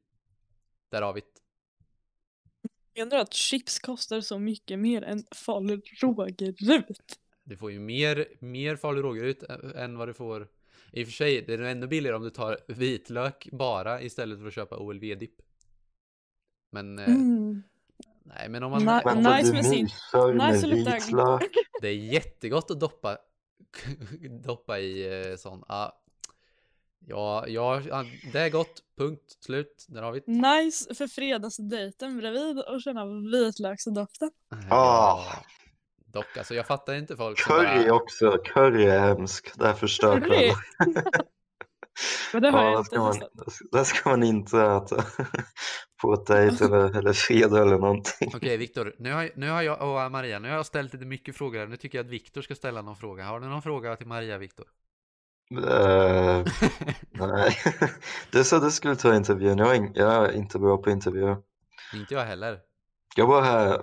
[SPEAKER 3] Där har vi det.
[SPEAKER 2] Menar du att chips kostar så mycket mer än Mm. Falu rågerut?
[SPEAKER 3] Du får ju mer, mer Falu rågurut ä- än vad du får. I och för sig, det är nog ännu billigare om du tar vitlök bara istället för att köpa OLV-dipp. Men, eh,
[SPEAKER 2] Mm.
[SPEAKER 3] nej, men om man...
[SPEAKER 2] Nej,
[SPEAKER 3] om-
[SPEAKER 2] Vänta, nice med sin-
[SPEAKER 1] myser med
[SPEAKER 2] nice lite-
[SPEAKER 1] vitlök.
[SPEAKER 3] Det är jättegott att doppa, doppa i eh, sån. Ah, ja, ja, ja, det är gott. Punkt slut. Där har vi det.
[SPEAKER 2] Nice för fredagsdejten bredvid och känna vitlöksdoften.
[SPEAKER 3] Eh, Ja. Dock, alltså jag fattar inte folk som
[SPEAKER 1] Ah, Curry
[SPEAKER 3] bara,
[SPEAKER 1] också. Curry är hemskt. Det här förstör
[SPEAKER 2] Curry?
[SPEAKER 1] kvällen.
[SPEAKER 2] Men det har
[SPEAKER 1] Ja,
[SPEAKER 2] jag
[SPEAKER 1] det
[SPEAKER 2] inte
[SPEAKER 1] ska, man,
[SPEAKER 2] testat.
[SPEAKER 1] det ska man inte äta på ett dejt eller, eller fredag eller någonting.
[SPEAKER 3] Okej Viktor, nu har, nu har jag och Maria, nu har jag ställt lite mycket frågor här. Nu tycker jag att Viktor ska ställa någon fråga. Har du någon fråga till Maria, Viktor?
[SPEAKER 1] Eh, nej. Du sa att du skulle ta intervjun. Jag är, in, jag är inte bra på intervjuer.
[SPEAKER 3] inte jag heller.
[SPEAKER 1] Jag var här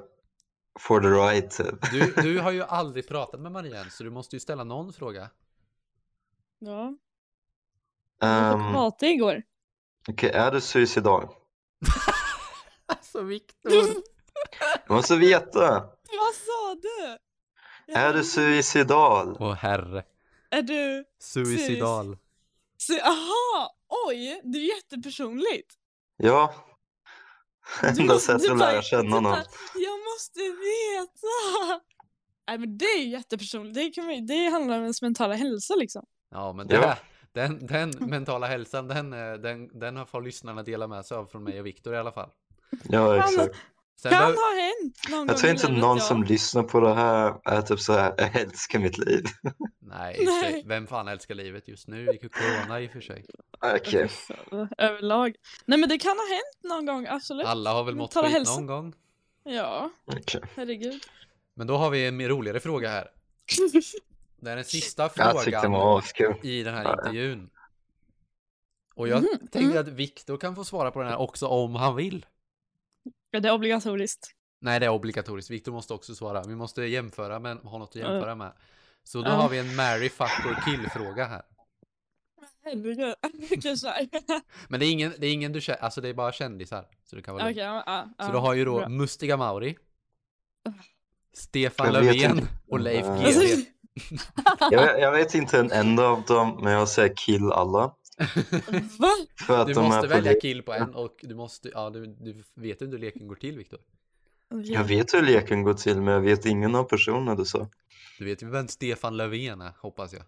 [SPEAKER 1] for the right. typ.
[SPEAKER 3] Du, du har ju aldrig pratat med Maria än, så du måste ju ställa någon fråga.
[SPEAKER 2] Ja, jag fick
[SPEAKER 1] Ehm,
[SPEAKER 2] prata igår.
[SPEAKER 1] Okej, är du suicidal?
[SPEAKER 3] Alltså Viktor!
[SPEAKER 1] Jag måste veta.
[SPEAKER 2] Vad sa du? Jag
[SPEAKER 1] Är
[SPEAKER 2] hörde
[SPEAKER 1] du
[SPEAKER 2] inte.
[SPEAKER 1] suicidal?
[SPEAKER 3] Åh herre.
[SPEAKER 2] Är du...
[SPEAKER 3] Suicidal.
[SPEAKER 2] Så, aha! Oj, det är jättepersonligt.
[SPEAKER 1] Ja. Enda
[SPEAKER 2] måste-
[SPEAKER 1] sättet
[SPEAKER 2] du
[SPEAKER 1] att
[SPEAKER 2] bara-
[SPEAKER 1] lära känna
[SPEAKER 2] du bara,
[SPEAKER 1] någon.
[SPEAKER 2] Jag måste veta! Nej men det är jättepersonligt. Det, kan man, ju- det handlar om ens mentala hälsa liksom.
[SPEAKER 3] Ja, men det,
[SPEAKER 1] Ja.
[SPEAKER 3] den, den mentala hälsan, den, eh, den, den har får lyssnarna dela med sig av från mig och Viktor i alla fall.
[SPEAKER 1] Ja,
[SPEAKER 2] Han-
[SPEAKER 1] exakt.
[SPEAKER 3] Sen
[SPEAKER 2] Kan
[SPEAKER 3] behöver-
[SPEAKER 2] ha hänt någon gång
[SPEAKER 1] Jag tror
[SPEAKER 2] i
[SPEAKER 1] inte
[SPEAKER 2] livet,
[SPEAKER 1] någon
[SPEAKER 2] ja.
[SPEAKER 1] som lyssnar på det här är typ så här, jag älskar mitt liv.
[SPEAKER 3] Nej, i och för sig,
[SPEAKER 2] Nej.
[SPEAKER 3] vem fan älskar livet just nu? Gick ju corona i och för sig.
[SPEAKER 1] Okej.
[SPEAKER 2] Så, Överlag. Nej men det kan ha hänt någon gång, absolut.
[SPEAKER 3] Alla har väl mått
[SPEAKER 2] Mentala
[SPEAKER 3] skit
[SPEAKER 2] hälsa.
[SPEAKER 3] någon gång.
[SPEAKER 2] Ja,
[SPEAKER 1] okej.
[SPEAKER 2] herregud.
[SPEAKER 3] Men då har vi en mer roligare fråga här. Det är den sista
[SPEAKER 1] Jag tyckte den
[SPEAKER 3] frågan
[SPEAKER 1] var askul.
[SPEAKER 3] i den här intervjun. Och jag
[SPEAKER 2] Mhm,
[SPEAKER 3] tänkte att Viktor kan få svara på den här också om han vill.
[SPEAKER 2] Ja, det är obligatoriskt.
[SPEAKER 3] Nej, det är obligatoriskt. Viktor måste också svara. Vi måste jämföra, men ha något att
[SPEAKER 2] Ja.
[SPEAKER 3] jämföra med. Så då
[SPEAKER 2] Ja.
[SPEAKER 3] har vi en Mary, fuck or kill-fråga här.
[SPEAKER 2] Herregud. Okej, så här.
[SPEAKER 3] Men det är ingen, det är ingen du känner, alltså det är bara kändisar. Så du kan vara
[SPEAKER 2] Okej,
[SPEAKER 3] lugn.
[SPEAKER 2] ja, ja, ja.
[SPEAKER 3] Så du har ju då
[SPEAKER 2] bra.
[SPEAKER 3] Mustiga Mauri, Stefan
[SPEAKER 1] Jag vet
[SPEAKER 3] Löfven
[SPEAKER 1] inte.
[SPEAKER 3] och Leif
[SPEAKER 1] Nej.
[SPEAKER 2] Alltså,
[SPEAKER 3] GW.
[SPEAKER 1] Jag, vet- jag vet inte en enda av dem, men jag säger kill alla.
[SPEAKER 2] va?
[SPEAKER 1] För att
[SPEAKER 3] Du
[SPEAKER 1] de
[SPEAKER 3] måste
[SPEAKER 1] är
[SPEAKER 3] välja
[SPEAKER 1] poli-
[SPEAKER 3] kill på en och du måste, ja du, du vet ju hur leken går till Viktor.
[SPEAKER 2] Okej.
[SPEAKER 1] Jag vet hur leken går till, men jag vet ingen av personerna du sa.
[SPEAKER 3] Du vet ju vem Stefan Löfven är, hoppas jag.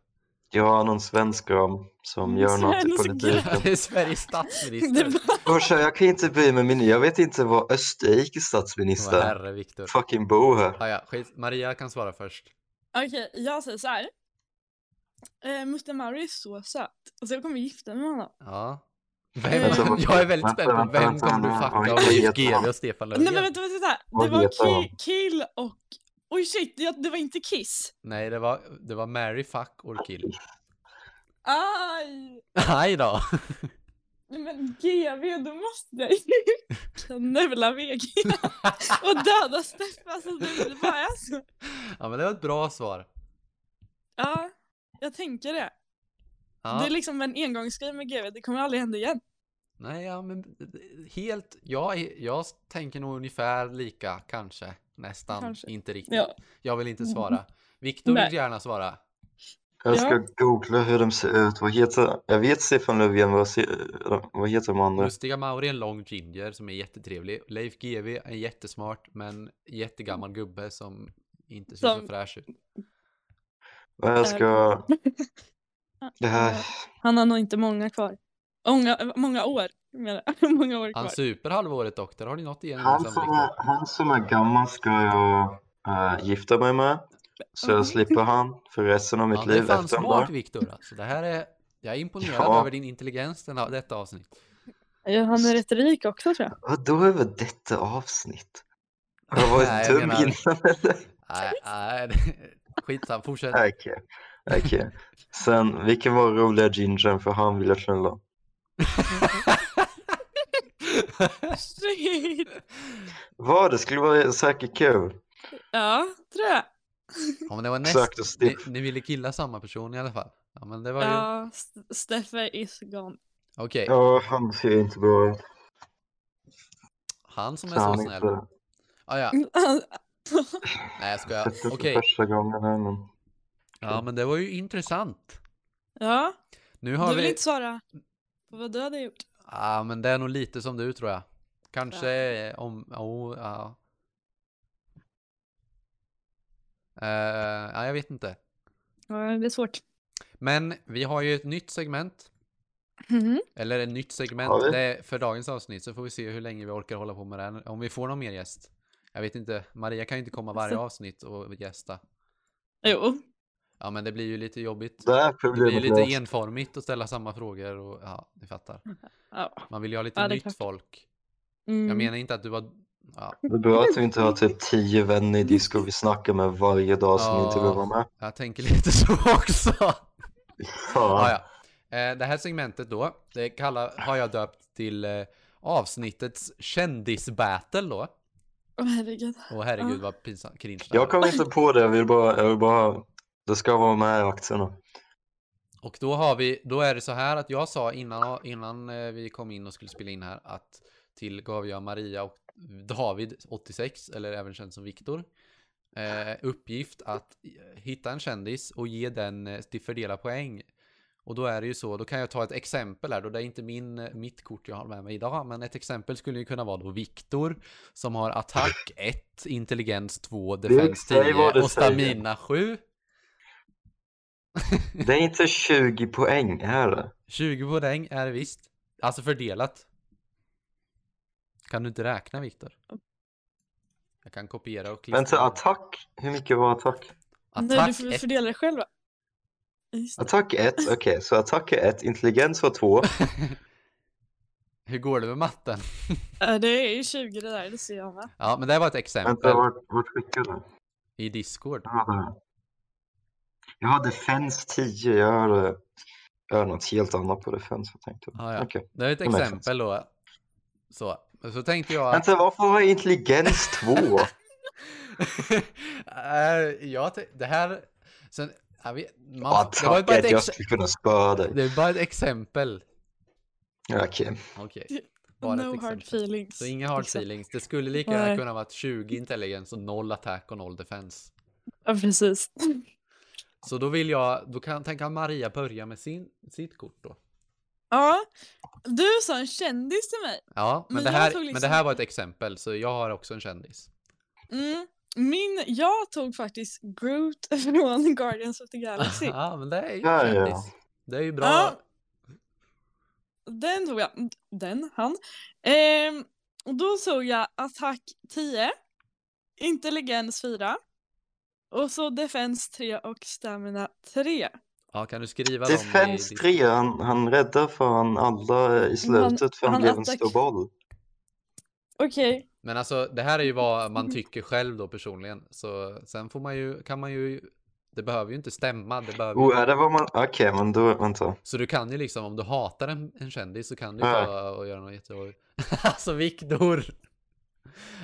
[SPEAKER 1] Jag har någon svensk ram som
[SPEAKER 2] Mm,
[SPEAKER 1] gör något i
[SPEAKER 2] svensk
[SPEAKER 1] politiken.
[SPEAKER 3] Det är Sveriges
[SPEAKER 2] Det
[SPEAKER 3] statsminister.
[SPEAKER 2] var-
[SPEAKER 1] Brorsan, jag kan inte bry mig. min- Jag vet inte vad Österrikes
[SPEAKER 3] Åh,
[SPEAKER 1] statsminister är.
[SPEAKER 3] herre Viktor.
[SPEAKER 1] Fucking bo här.
[SPEAKER 3] Ah, ja, skit. Maria kan svara först.
[SPEAKER 2] Okej, jag säger så här. Eh, Muster Mauri är så söt. Alltså jag kommer gifta mig med honom.
[SPEAKER 3] Ja.
[SPEAKER 2] Eh,
[SPEAKER 3] Vem, jag är väldigt spänd på
[SPEAKER 1] vänta,
[SPEAKER 3] vem
[SPEAKER 1] vänta,
[SPEAKER 3] kommer du
[SPEAKER 1] vänta,
[SPEAKER 3] fucka
[SPEAKER 1] vänta.
[SPEAKER 3] av Leif
[SPEAKER 1] Oj,
[SPEAKER 3] GW och Stefan
[SPEAKER 2] Nej men
[SPEAKER 3] Löfven?
[SPEAKER 2] vänta, vänta, vänta.
[SPEAKER 1] Vad
[SPEAKER 2] Det var
[SPEAKER 1] heter han?
[SPEAKER 2] ki- kill och... Oj shit, det, det var inte kiss.
[SPEAKER 3] Nej, det var, det var Mary, fuck or kill.
[SPEAKER 2] Aj!
[SPEAKER 3] Aj då.
[SPEAKER 2] Nej, Men GV, då måste jag ju knulla VG och döda Steffe. Alltså det det bara är så.
[SPEAKER 3] Ja, men det var ett bra svar.
[SPEAKER 2] Ja, jag tänker det.
[SPEAKER 3] Ja.
[SPEAKER 2] Det är liksom en engångsgrej med GV, det kommer aldrig hända igen.
[SPEAKER 3] Nej, ja, men helt... Jag, är- jag tänker nog ungefär lika, kanske. Nästan,
[SPEAKER 2] Kanske.
[SPEAKER 3] inte riktigt.
[SPEAKER 2] Ja.
[SPEAKER 3] Jag vill inte svara. Viktor
[SPEAKER 2] Nej.
[SPEAKER 3] vill gärna svara.
[SPEAKER 1] Jag ska googla hur de ser ut. Vad heter, jag vet Stefan Löfven, vad, ser, vad heter de andra?
[SPEAKER 3] Lustiga Mauri är en lång ginger som är jättetrevlig. Leif GW är jättesmart men jättegammal gubbe som inte ser så
[SPEAKER 2] Som-
[SPEAKER 3] fräsch ut.
[SPEAKER 1] Jag ska... Det här...
[SPEAKER 2] Han har nog inte många kvar. Många, många år menar jag. Många år kvar.
[SPEAKER 3] Han super halva året dock, där har ni något igen.
[SPEAKER 1] Han
[SPEAKER 3] liksom,
[SPEAKER 1] som,
[SPEAKER 3] Viktor.
[SPEAKER 1] är, han som är gammal ska jag äh, gifta mig med. Så jag slipper han för resten av mitt
[SPEAKER 3] Ja, det är
[SPEAKER 1] liv
[SPEAKER 3] fan
[SPEAKER 1] efter en
[SPEAKER 3] smart
[SPEAKER 1] dag.
[SPEAKER 3] Viktor. Alltså, det här är... Jag är imponerad
[SPEAKER 1] Ja.
[SPEAKER 3] över din intelligens den här, detta avsnitt.
[SPEAKER 2] Ja, han är rätt rik också tror jag.
[SPEAKER 1] Vadå över detta avsnitt? Har jag
[SPEAKER 3] Nej,
[SPEAKER 1] varit
[SPEAKER 3] jag
[SPEAKER 1] dum
[SPEAKER 3] menar-
[SPEAKER 1] innan eller?
[SPEAKER 3] Nej, nej, det- skitsamma, fortsätt.
[SPEAKER 1] Nej, Okej. Okej. Sen, vilken var roliga gingern för han vill jag knulla?
[SPEAKER 2] Shit.
[SPEAKER 1] Vad, det skulle vara säkert kul.
[SPEAKER 2] Ja, tror jag.
[SPEAKER 3] Ja, men det var näst...
[SPEAKER 1] Exakt, och
[SPEAKER 3] Ni,
[SPEAKER 1] Steff.
[SPEAKER 3] ni ville killa samma person i alla fall. Ja, men det var ju...
[SPEAKER 2] Ja, S- Steffe is gone.
[SPEAKER 3] Okej,
[SPEAKER 1] Ja, han ser inte bra ut.
[SPEAKER 3] han som är
[SPEAKER 1] Så han
[SPEAKER 3] så
[SPEAKER 1] är
[SPEAKER 3] snäll.
[SPEAKER 1] inte...
[SPEAKER 3] Ah, ja, nej jag skojar.
[SPEAKER 1] Fett
[SPEAKER 3] Okej,
[SPEAKER 1] ut för första gången här men...
[SPEAKER 3] ja men det var ju intressant.
[SPEAKER 2] Ja,
[SPEAKER 3] Nu har
[SPEAKER 2] du vill
[SPEAKER 3] vi...
[SPEAKER 2] inte svara på vad du hade gjort?
[SPEAKER 3] Ja, men det är nog lite som du tror jag. Kanske eh, om... Oh, ja. Eh, ja, jag vet inte.
[SPEAKER 2] Ja, det är svårt.
[SPEAKER 3] Men vi har ju ett nytt segment.
[SPEAKER 2] Mhm.
[SPEAKER 3] Eller ett nytt
[SPEAKER 1] Har
[SPEAKER 3] segment
[SPEAKER 1] vi?
[SPEAKER 3] det är för dagens avsnitt. Så får vi se hur länge vi orkar hålla på med det här. Om vi får någon mer gäst. Jag vet inte. Maria kan ju inte komma varje avsnitt och gästa.
[SPEAKER 2] Jo.
[SPEAKER 3] Ja, men det blir ju lite jobbigt.
[SPEAKER 1] Det här
[SPEAKER 3] Det blir ju
[SPEAKER 1] problemet
[SPEAKER 3] lite
[SPEAKER 1] löst.
[SPEAKER 3] enformigt att ställa samma frågor och ja, ni fattar.
[SPEAKER 2] Ja.
[SPEAKER 3] Man vill ju ha lite
[SPEAKER 2] Mm. Ja, det är
[SPEAKER 3] nytt
[SPEAKER 2] klart.
[SPEAKER 3] folk.
[SPEAKER 2] Mm.
[SPEAKER 3] Jag menar inte att du var... Ja,
[SPEAKER 1] Det är bra att vi inte har typ tio vänner i disco vi snackar med varje dag som
[SPEAKER 3] Ja.
[SPEAKER 1] inte vill vara med.
[SPEAKER 3] jag tänker lite så också.
[SPEAKER 1] Fan.
[SPEAKER 3] Ja, ja. Eh, Det här segmentet då, det kallar, har jag döpt till eh, avsnittets kändisbattle då.
[SPEAKER 2] Åh, herregud.
[SPEAKER 3] Och herregud vad pinsamt, cringe det här
[SPEAKER 1] Jag kom inte på det, jag vill bara... Jag vill bara... Det ska vara med i aktierna.
[SPEAKER 3] Och då har vi, då är det så här att jag sa innan, innan eh, vi kom in och skulle spela in här att till gav jag Maria och David, 86, eller även känd som Viktor, eh, uppgift att eh, hitta en kändis och ge den eh, till fördela poäng. Och då är det ju så, då kan jag ta ett exempel här då, det är inte min, eh, mitt kort jag har med mig idag, men ett exempel skulle ju kunna vara då Viktor som har attack 1, intelligens 2, defens
[SPEAKER 1] säg
[SPEAKER 3] 10
[SPEAKER 1] vad du
[SPEAKER 3] och stamina 7.
[SPEAKER 1] Det är inte 20 poäng, är det?
[SPEAKER 3] 20 poäng är det visst. Alltså fördelat. Kan du inte räkna Viktor? Jag kan kopiera och klistra.
[SPEAKER 1] Vänta,
[SPEAKER 3] in.
[SPEAKER 1] attack? Hur mycket var attack?
[SPEAKER 2] Nej, du
[SPEAKER 3] Attack
[SPEAKER 2] får väl
[SPEAKER 3] ett.
[SPEAKER 2] fördela dig själv va? Just det.
[SPEAKER 1] Attack 1, okej, så attack är 1, intelligens var 2.
[SPEAKER 3] Hur går det med matten?
[SPEAKER 2] Ja, det är ju 20 det där, det ser jag va?
[SPEAKER 3] Ja, men det här var ett exempel
[SPEAKER 1] Vänta, vart, vart skickade du?
[SPEAKER 3] i Discord.
[SPEAKER 1] Jag hade- Jag hade Fens 10, jag hade, jag hade något helt annat på Defense. Jag tänkte.
[SPEAKER 3] Ah, ja.
[SPEAKER 1] Okej.
[SPEAKER 3] Det är ett
[SPEAKER 1] Det makes
[SPEAKER 3] exempel då. Så, så tänkte jag att...
[SPEAKER 1] Vänta, varför har jag intelligens 2?
[SPEAKER 3] Eh, jag tänkte, det här... Sen, jag vet, man, det var ju
[SPEAKER 1] Attack
[SPEAKER 3] bara ett,
[SPEAKER 1] 1, jag
[SPEAKER 3] ex,
[SPEAKER 1] skulle kunna spöa dig.
[SPEAKER 3] det är bara ett exempel.
[SPEAKER 1] Ja, Okej,
[SPEAKER 3] Okej. Bara ett
[SPEAKER 2] No hard
[SPEAKER 3] exempel.
[SPEAKER 2] feelings.
[SPEAKER 3] Så inga hard
[SPEAKER 2] liksom.
[SPEAKER 3] feelings. Det skulle lika gärna
[SPEAKER 2] Nej.
[SPEAKER 3] kunna varit 20 intelligens och 0 attack och 0 defense.
[SPEAKER 2] Ja, precis.
[SPEAKER 3] Så då vill jag, då kan tänka Maria börja med sin, sitt kort då.
[SPEAKER 2] Ja, du sa en kändis till mig.
[SPEAKER 3] Ja, men,
[SPEAKER 2] Men
[SPEAKER 3] det,
[SPEAKER 2] jag
[SPEAKER 3] här,
[SPEAKER 2] tog
[SPEAKER 3] men det
[SPEAKER 2] liksom-
[SPEAKER 3] här var ett exempel, så jag har också en kändis.
[SPEAKER 2] Mm. Min, jag tog faktiskt Groot från Guardians of the Galaxy.
[SPEAKER 3] Ja, men det är ju
[SPEAKER 1] Ja,
[SPEAKER 3] en
[SPEAKER 1] ja.
[SPEAKER 3] kändis. Det är ju bra.
[SPEAKER 2] Ja. Den tog jag. Den, han. Ehm, och då såg jag attack 10, intelligens 4 och så defens 3 och stamina 3.
[SPEAKER 3] Ja, kan du skriva dem? i
[SPEAKER 1] Defense
[SPEAKER 3] ditt-
[SPEAKER 1] 3, han, han räddar fan alla i slutet för han,
[SPEAKER 2] han
[SPEAKER 1] blev en
[SPEAKER 2] attack-
[SPEAKER 1] stor boll.
[SPEAKER 2] Okej,
[SPEAKER 3] Men alltså, det här är ju vad
[SPEAKER 2] Mm.
[SPEAKER 3] man tycker själv då personligen. Så sen får man ju, kan man ju, det behöver ju inte stämma. Det behöver ju
[SPEAKER 1] Oh, är det vad man... Okej, men då, vänta.
[SPEAKER 3] Så du kan ju liksom, om du hatar en, en kändis så kan du ju
[SPEAKER 1] Ja.
[SPEAKER 3] ta och göra något jättebra. alltså Viktor!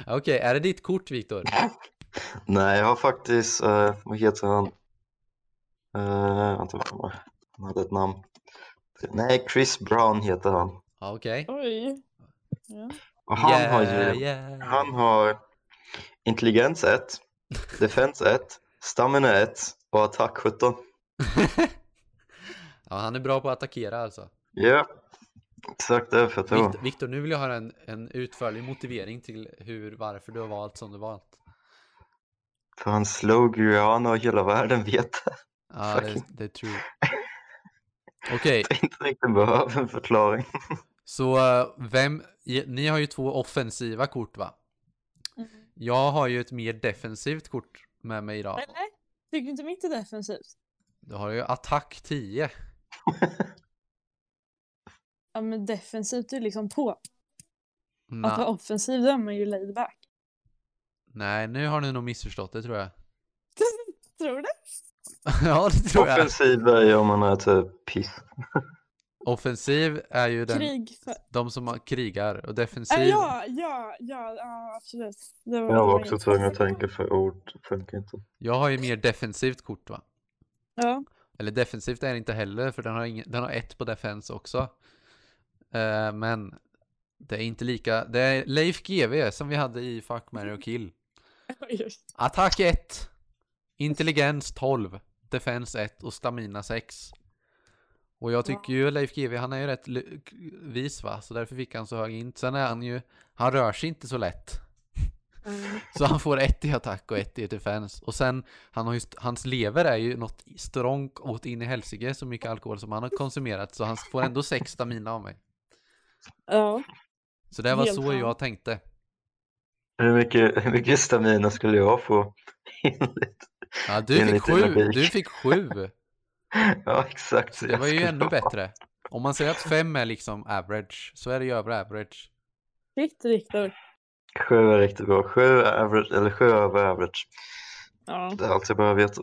[SPEAKER 3] Okej, är det ditt kort Viktor?
[SPEAKER 1] Nej, jag har faktiskt, eh, vad heter han? Eh, vänta, vad var det? han hade ett namn. Nej, Chris Brown heter han.
[SPEAKER 3] Ja, okej.
[SPEAKER 2] oj. Ja.
[SPEAKER 1] Och han har ju,
[SPEAKER 3] Yeah, yeah.
[SPEAKER 1] han har intelligens 1, defense 1, stamina 1 och attack 17.
[SPEAKER 3] ja, han är bra på att attackera alltså.
[SPEAKER 1] Ja, exakt därför tror jag.
[SPEAKER 3] Viktor, Viktor, nu vill jag höra en, en utförlig motivering till hur, varför du har valt som du valt.
[SPEAKER 1] För han slog Rihanna och hela världen vet
[SPEAKER 3] Ja, det,
[SPEAKER 1] Fucking-
[SPEAKER 3] det är true. Okej,
[SPEAKER 1] att jag inte riktigt behöver en förklaring.
[SPEAKER 3] så eh, vem, i- ni har ju två offensiva kort va?
[SPEAKER 2] Mm.
[SPEAKER 3] Jag har ju ett mer defensivt kort med mig idag.
[SPEAKER 2] Eller? Tycker du inte mitt är defensivt?
[SPEAKER 3] Du har ju attack 10.
[SPEAKER 2] Ja men defensivt är ju liksom på.
[SPEAKER 3] Nå-
[SPEAKER 2] Att vara offensiv då är man ju laid back.
[SPEAKER 3] Nej, nu har ni nog missförstått det tror jag.
[SPEAKER 2] Tror du?
[SPEAKER 3] ja, det tror jag.
[SPEAKER 1] Offensiv är ju om man är typ piss.
[SPEAKER 3] Offensiv är ju den,
[SPEAKER 2] Krig för...
[SPEAKER 3] de som har- krigar och
[SPEAKER 2] Äh,
[SPEAKER 3] defensiv.
[SPEAKER 2] ja, ja, ja, ja, absolut. Det
[SPEAKER 1] Jag var
[SPEAKER 2] vad
[SPEAKER 1] också
[SPEAKER 2] jag-
[SPEAKER 1] tvungen att tänka för ord funkar inte.
[SPEAKER 3] Jag har ju mer defensivt kort va?
[SPEAKER 2] Ja.
[SPEAKER 3] Eller defensivt är det inte heller för den har, ingen, den har ett på defens också. Eh, men det är inte lika. Det är Leif GW som vi hade i Fuck, Marry och Kill.
[SPEAKER 2] Oj, oj.
[SPEAKER 3] Attack 1. Intelligens 12. Defens 1 och stamina 6. Och jag tycker ju Leif GW, han är ju rätt l- k- vis va, så därför fick han så hög int. Sen är han ju, han rör sig inte så lätt.
[SPEAKER 2] Mm.
[SPEAKER 3] Så han får ett i attack och ett i defens. Och sen, han har just, hans lever är ju något stronk åt in i helsike, så mycket alkohol som han har konsumerat. Så han får ändå sex stamina av mig.
[SPEAKER 2] Ja.
[SPEAKER 3] Så det var
[SPEAKER 2] Helt
[SPEAKER 3] så
[SPEAKER 2] sant.
[SPEAKER 3] jag tänkte.
[SPEAKER 1] Hur mycket, hur mycket stamina skulle jag få?
[SPEAKER 3] Ja,
[SPEAKER 1] Det är
[SPEAKER 3] du fick
[SPEAKER 1] lite
[SPEAKER 3] sju,
[SPEAKER 1] logik.
[SPEAKER 3] du fick sju.
[SPEAKER 1] ja, exakt.
[SPEAKER 3] Så
[SPEAKER 1] så
[SPEAKER 3] det
[SPEAKER 1] jag
[SPEAKER 3] var ju
[SPEAKER 1] skulle
[SPEAKER 3] ännu
[SPEAKER 1] ha.
[SPEAKER 3] bättre. Om man säger att fem är liksom average, så är det ju över average.
[SPEAKER 2] Shit Viktor.
[SPEAKER 1] Sju är riktigt bra. Sju är average, eller sju är över average.
[SPEAKER 2] Ja.
[SPEAKER 1] Det är allt jag behöver veta.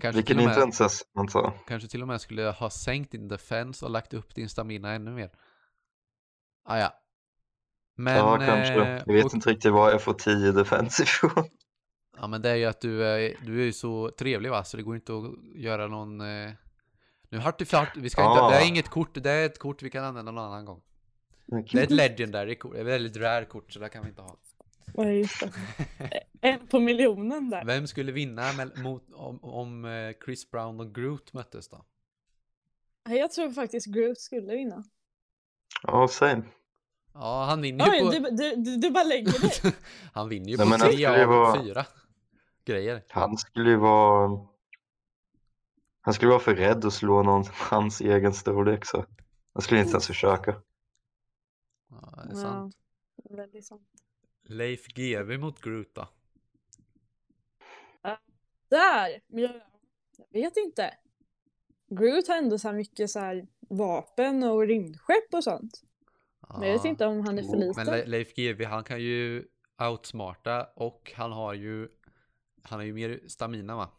[SPEAKER 3] Kanske
[SPEAKER 1] Vilken
[SPEAKER 3] till, och med,
[SPEAKER 1] intensens man tar.
[SPEAKER 3] kanske till och med skulle ha sänkt din defense och lagt upp din stamina ännu mer. Ah, ja. Men,
[SPEAKER 1] ja, kanske.
[SPEAKER 3] eh,
[SPEAKER 1] Jag vet
[SPEAKER 3] och-
[SPEAKER 1] inte riktigt var jag får 10 defense ifrån.
[SPEAKER 3] Ja men det är ju att du är, du är ju så trevlig va, så det går inte att göra någon... eh, Nu har du flart, vi ska
[SPEAKER 1] Ah.
[SPEAKER 3] inte, det är inget kort, det är ett kort vi kan använda någon annan gång. Det är ett legendary kort, ett väldigt rare kort så det kan vi inte ha.
[SPEAKER 2] Ja, just det. Eh, En på miljonen där.
[SPEAKER 3] Vem skulle vinna mell- mot, om, om eh, Chris Brown och Groot möttes då?
[SPEAKER 2] Nej, Jag tror faktiskt Groot skulle vinna.
[SPEAKER 1] Ja, same.
[SPEAKER 3] Ja, han vinner ju
[SPEAKER 2] Oj, du,
[SPEAKER 3] på...
[SPEAKER 2] du, du, du bara lägger dig.
[SPEAKER 3] han vinner ju
[SPEAKER 1] Nej,
[SPEAKER 3] på
[SPEAKER 1] men alltså, han
[SPEAKER 3] tre
[SPEAKER 1] skulle ju
[SPEAKER 3] av
[SPEAKER 1] vara-
[SPEAKER 3] fyra grejer.
[SPEAKER 1] Han skulle ju vara... Han skulle vara för rädd att slå någon hans egen storlek så. Han skulle inte ens försöka.
[SPEAKER 3] Ja, det är sant.
[SPEAKER 2] Ja, väldigt sant.
[SPEAKER 3] Leif GW mot Groot då?
[SPEAKER 2] Där! Men jag, jag vet inte. Groot har ändå så här mycket så här vapen och rymdskepp och sånt. Men jag vet
[SPEAKER 3] Ja.
[SPEAKER 2] inte om han är för
[SPEAKER 1] Men
[SPEAKER 2] liten.
[SPEAKER 3] Men Le- Leif GW han kan ju outsmarta och han har ju Han har ju mer stamina va?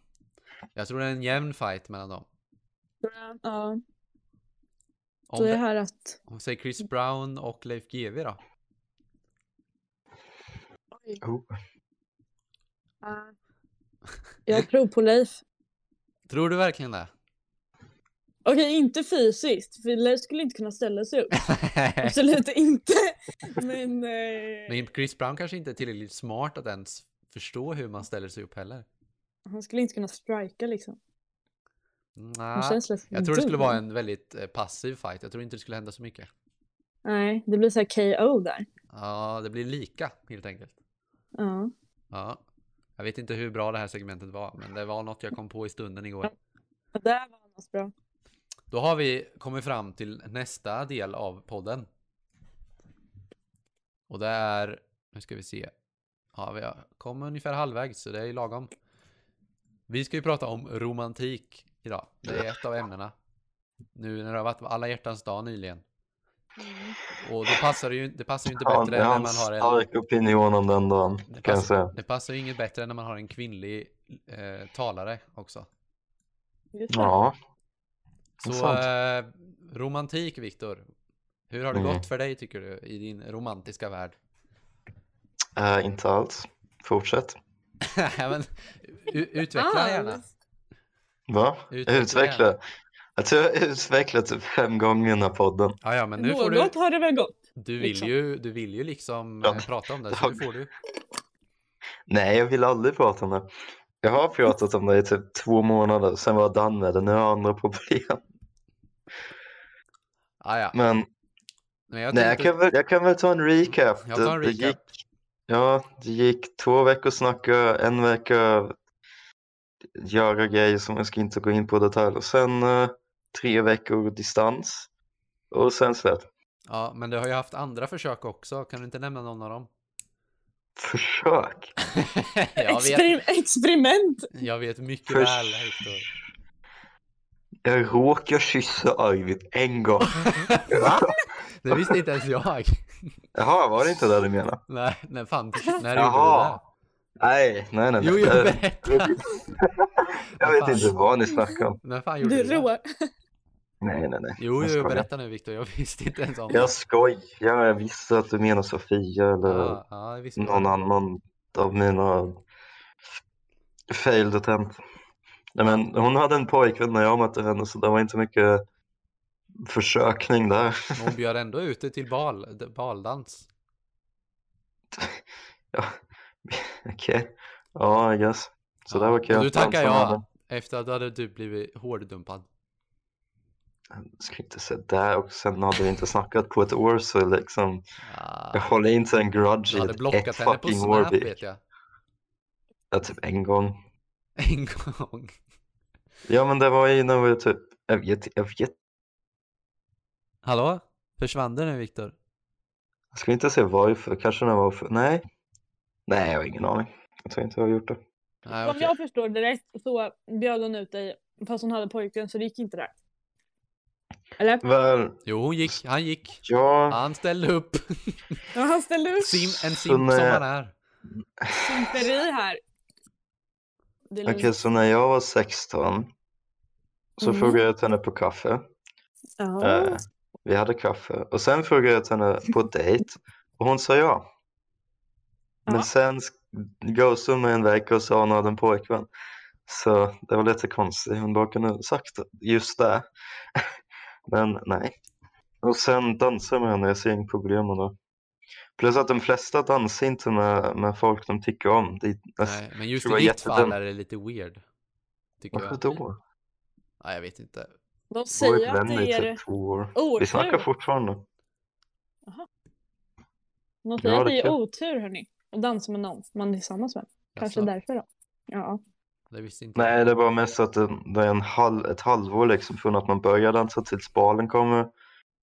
[SPEAKER 3] Jag tror det är en jämn fight mellan dem.
[SPEAKER 2] Ja,
[SPEAKER 3] Om,
[SPEAKER 2] då är det
[SPEAKER 3] det,
[SPEAKER 2] här att...
[SPEAKER 3] om säger Chris Brown och Leif GW då?
[SPEAKER 2] Oj.
[SPEAKER 1] Oh.
[SPEAKER 2] Ah. Jag tror på Leif.
[SPEAKER 3] Tror du verkligen det?
[SPEAKER 2] Okej, inte fysiskt. För Leif skulle inte kunna ställa sig upp. Absolut inte. Men... Eh,
[SPEAKER 3] Men Chris Brown kanske inte är tillräckligt smart att ens förstå hur man ställer sig upp heller.
[SPEAKER 2] Han skulle inte kunna strika liksom. Han
[SPEAKER 3] Nah,
[SPEAKER 2] känns lite
[SPEAKER 3] jag tror det skulle
[SPEAKER 2] dum.
[SPEAKER 3] vara en väldigt eh, passiv fight. Jag tror inte det skulle hända så mycket.
[SPEAKER 2] Nej, det blir så här KO där.
[SPEAKER 3] Ja, det blir lika helt enkelt.
[SPEAKER 2] Ja.
[SPEAKER 3] Ja. Jag vet inte hur bra det här segmentet var, men det var något jag kom på i stunden igår.
[SPEAKER 2] Och där var han också bra. Mm.
[SPEAKER 3] Då har vi kommit fram till nästa del av podden. Och det är, nu ska vi se. Ja, vi har- kom ungefär halvvägs så det är ju lagom. Vi ska ju prata om romantik idag. Det är ett av ämnena. Nu när det har varit alla hjärtans dag nyligen. Och då passar det ju, det passar ju inte
[SPEAKER 1] Han,
[SPEAKER 3] bättre än när
[SPEAKER 1] han
[SPEAKER 3] man har en...
[SPEAKER 1] stark opinion om den dagen,
[SPEAKER 3] Det
[SPEAKER 1] kan jag
[SPEAKER 3] passar,
[SPEAKER 1] säga.
[SPEAKER 3] det passar ju inget bättre än när man har en kvinnlig eh, talare också.
[SPEAKER 2] Just det. Ah,
[SPEAKER 1] Ja,
[SPEAKER 3] Så
[SPEAKER 1] Sant.
[SPEAKER 3] eh, romantik, Viktor. Hur har det
[SPEAKER 1] Mm.
[SPEAKER 3] gått för dig tycker du i din romantiska värld?
[SPEAKER 1] äh, inte alls. Fortsätt.
[SPEAKER 3] Nej, Men, u- utveckla
[SPEAKER 2] Ah,
[SPEAKER 3] gärna.
[SPEAKER 1] Va?
[SPEAKER 3] Utveckla.
[SPEAKER 1] Utveckla. Jag tror jag har utvecklat typ fem gånger i den här podden.
[SPEAKER 3] Ja, ja, men nu får du.
[SPEAKER 2] Något har det väl gått.
[SPEAKER 3] Du vill
[SPEAKER 2] liksom.
[SPEAKER 3] ju, du vill ju liksom
[SPEAKER 1] Ja.
[SPEAKER 3] eh, prata om det, så nu får du.
[SPEAKER 1] Nej, jag vill aldrig prata om det. Jag har pratat om det i typ två månader, sen var jag done med det, nu har jag andra problem.
[SPEAKER 3] Ah, ja.
[SPEAKER 1] Men
[SPEAKER 3] Men jag
[SPEAKER 1] nej, jag,
[SPEAKER 3] tänkte-
[SPEAKER 1] kan väl, jag kan väl ta en recap.
[SPEAKER 3] Jag tar en
[SPEAKER 1] Det, det
[SPEAKER 3] recap.
[SPEAKER 1] gick, ja, det gick två veckor snacka, en vecka göra grejer som jag ska inte gå in på detaljer. Sen eh, tre veckor distans och sen släpp.
[SPEAKER 3] Ja, men du har ju haft andra försök också. Kan du inte nämna någon av dem?
[SPEAKER 1] Försök.
[SPEAKER 3] jag, vet,
[SPEAKER 2] Experim- experiment!
[SPEAKER 3] jag vet mycket
[SPEAKER 1] Förs-
[SPEAKER 3] väl, Hector.
[SPEAKER 1] Jag råkar kyssa Arvid en gång. Va?
[SPEAKER 3] Det visste inte ens jag.
[SPEAKER 1] Jaha, var det inte det du menade?
[SPEAKER 3] Nej, nej fan. När
[SPEAKER 1] Jaha.
[SPEAKER 3] gjorde
[SPEAKER 1] Nej, nej, nej.
[SPEAKER 3] du det?
[SPEAKER 1] nej.
[SPEAKER 3] Jo, jag
[SPEAKER 1] jag,
[SPEAKER 3] berättar.
[SPEAKER 1] jag vet
[SPEAKER 3] fan.
[SPEAKER 1] inte vad ni snackar om.
[SPEAKER 3] När fan gjorde
[SPEAKER 2] Du
[SPEAKER 3] du det?
[SPEAKER 2] roar.
[SPEAKER 1] Nej, nej, nej.
[SPEAKER 3] Jo,
[SPEAKER 1] Jag
[SPEAKER 3] jo,
[SPEAKER 1] skojar.
[SPEAKER 3] berätta nu Viktor. Jag visste inte ens om
[SPEAKER 1] Alltså, Jag skojar, jag visste att du menar Sofia eller
[SPEAKER 3] Ja, ja, jag visste
[SPEAKER 1] någon annan av mina failed attempt. Nej, men hon hade en pojkvän när jag mötte henne så det var inte mycket försökning där.
[SPEAKER 3] Men Hon bjöd ändå ut dig till bal, d- baldans.
[SPEAKER 1] Ja. Okej, ja I guess. Så det var kul.
[SPEAKER 3] Och Du tackar
[SPEAKER 1] Dansarna
[SPEAKER 3] jag
[SPEAKER 1] hade-
[SPEAKER 3] efter att du hade typ blivit hårddumpad.
[SPEAKER 1] Ska inte säga där och sen hade vi inte snackat på ett år så liksom jag
[SPEAKER 3] Ja,
[SPEAKER 1] håller inte en grudge
[SPEAKER 3] du
[SPEAKER 1] i
[SPEAKER 3] Ah, hade
[SPEAKER 1] ett,
[SPEAKER 3] blockat
[SPEAKER 1] ett
[SPEAKER 3] henne på
[SPEAKER 1] fucking
[SPEAKER 3] Snap
[SPEAKER 1] år.
[SPEAKER 3] vet jag.
[SPEAKER 1] Ja, typ en gång.
[SPEAKER 3] En gång.
[SPEAKER 1] Ja men det var ju när vi typ, jag vet, jag vet,
[SPEAKER 3] Hallå? Försvann du nu Viktor?
[SPEAKER 1] jag ska inte säga varför, kanske när jag var för, nej. Nej jag har ingen aning. Jag tror inte jag har gjort det.
[SPEAKER 3] Nej,
[SPEAKER 2] Om
[SPEAKER 3] okej.
[SPEAKER 2] jag förstår det rätt så bjöd hon ut dig fast hon hade pojkvän så det gick inte där. Eller?
[SPEAKER 1] Väl,
[SPEAKER 3] Jo, hon gick. Han gick.
[SPEAKER 1] ja,
[SPEAKER 3] Han ställde upp.
[SPEAKER 2] Ja, han ställde upp
[SPEAKER 3] Sim,
[SPEAKER 1] Så
[SPEAKER 3] en simp som
[SPEAKER 1] när-
[SPEAKER 3] han är.
[SPEAKER 2] simperi här. Det är
[SPEAKER 1] okej
[SPEAKER 2] lugnt.
[SPEAKER 1] så när jag var 16 så
[SPEAKER 2] Mm.
[SPEAKER 1] frågade jag ut henne på kaffe.
[SPEAKER 2] Ja.
[SPEAKER 1] Eh, vi hade kaffe och sen frågade jag ut henne på dejt och hon sa ja. Men
[SPEAKER 2] Ja.
[SPEAKER 1] sen sk- ghostade hon mig en vecka och sa hon hade en pojkvän. Så det var lite konstigt, hon bara kunde ha sagt just det. Men nej. Och sen dansar jag med henne, jag ser inget problem med det. Plus att de flesta dansar inte med, med folk de tycker om. Det,
[SPEAKER 3] Nej, men just i
[SPEAKER 1] det var
[SPEAKER 3] ditt
[SPEAKER 1] jättedumt.
[SPEAKER 3] fall är det lite weird. Tycker
[SPEAKER 1] varför
[SPEAKER 3] jag.
[SPEAKER 1] då?
[SPEAKER 3] Nej, jag vet inte.
[SPEAKER 2] De
[SPEAKER 1] Varit
[SPEAKER 2] säger att
[SPEAKER 1] vänner
[SPEAKER 2] det
[SPEAKER 1] i
[SPEAKER 2] är
[SPEAKER 1] typ två år. Vi snackar
[SPEAKER 2] otur.
[SPEAKER 1] fortfarande.
[SPEAKER 2] De säger
[SPEAKER 1] Ja,
[SPEAKER 2] att
[SPEAKER 1] det
[SPEAKER 2] det är
[SPEAKER 1] kan-
[SPEAKER 2] otur hörni. Att dansa med någon man är tillsammans med. Kanske
[SPEAKER 3] Alltså,
[SPEAKER 2] därför då. Ja.
[SPEAKER 3] det visste inte
[SPEAKER 1] Nej,
[SPEAKER 3] jag.
[SPEAKER 1] det var mest att det, det är en halv, ett halvår liksom från att man börjar dansa tills balen kommer.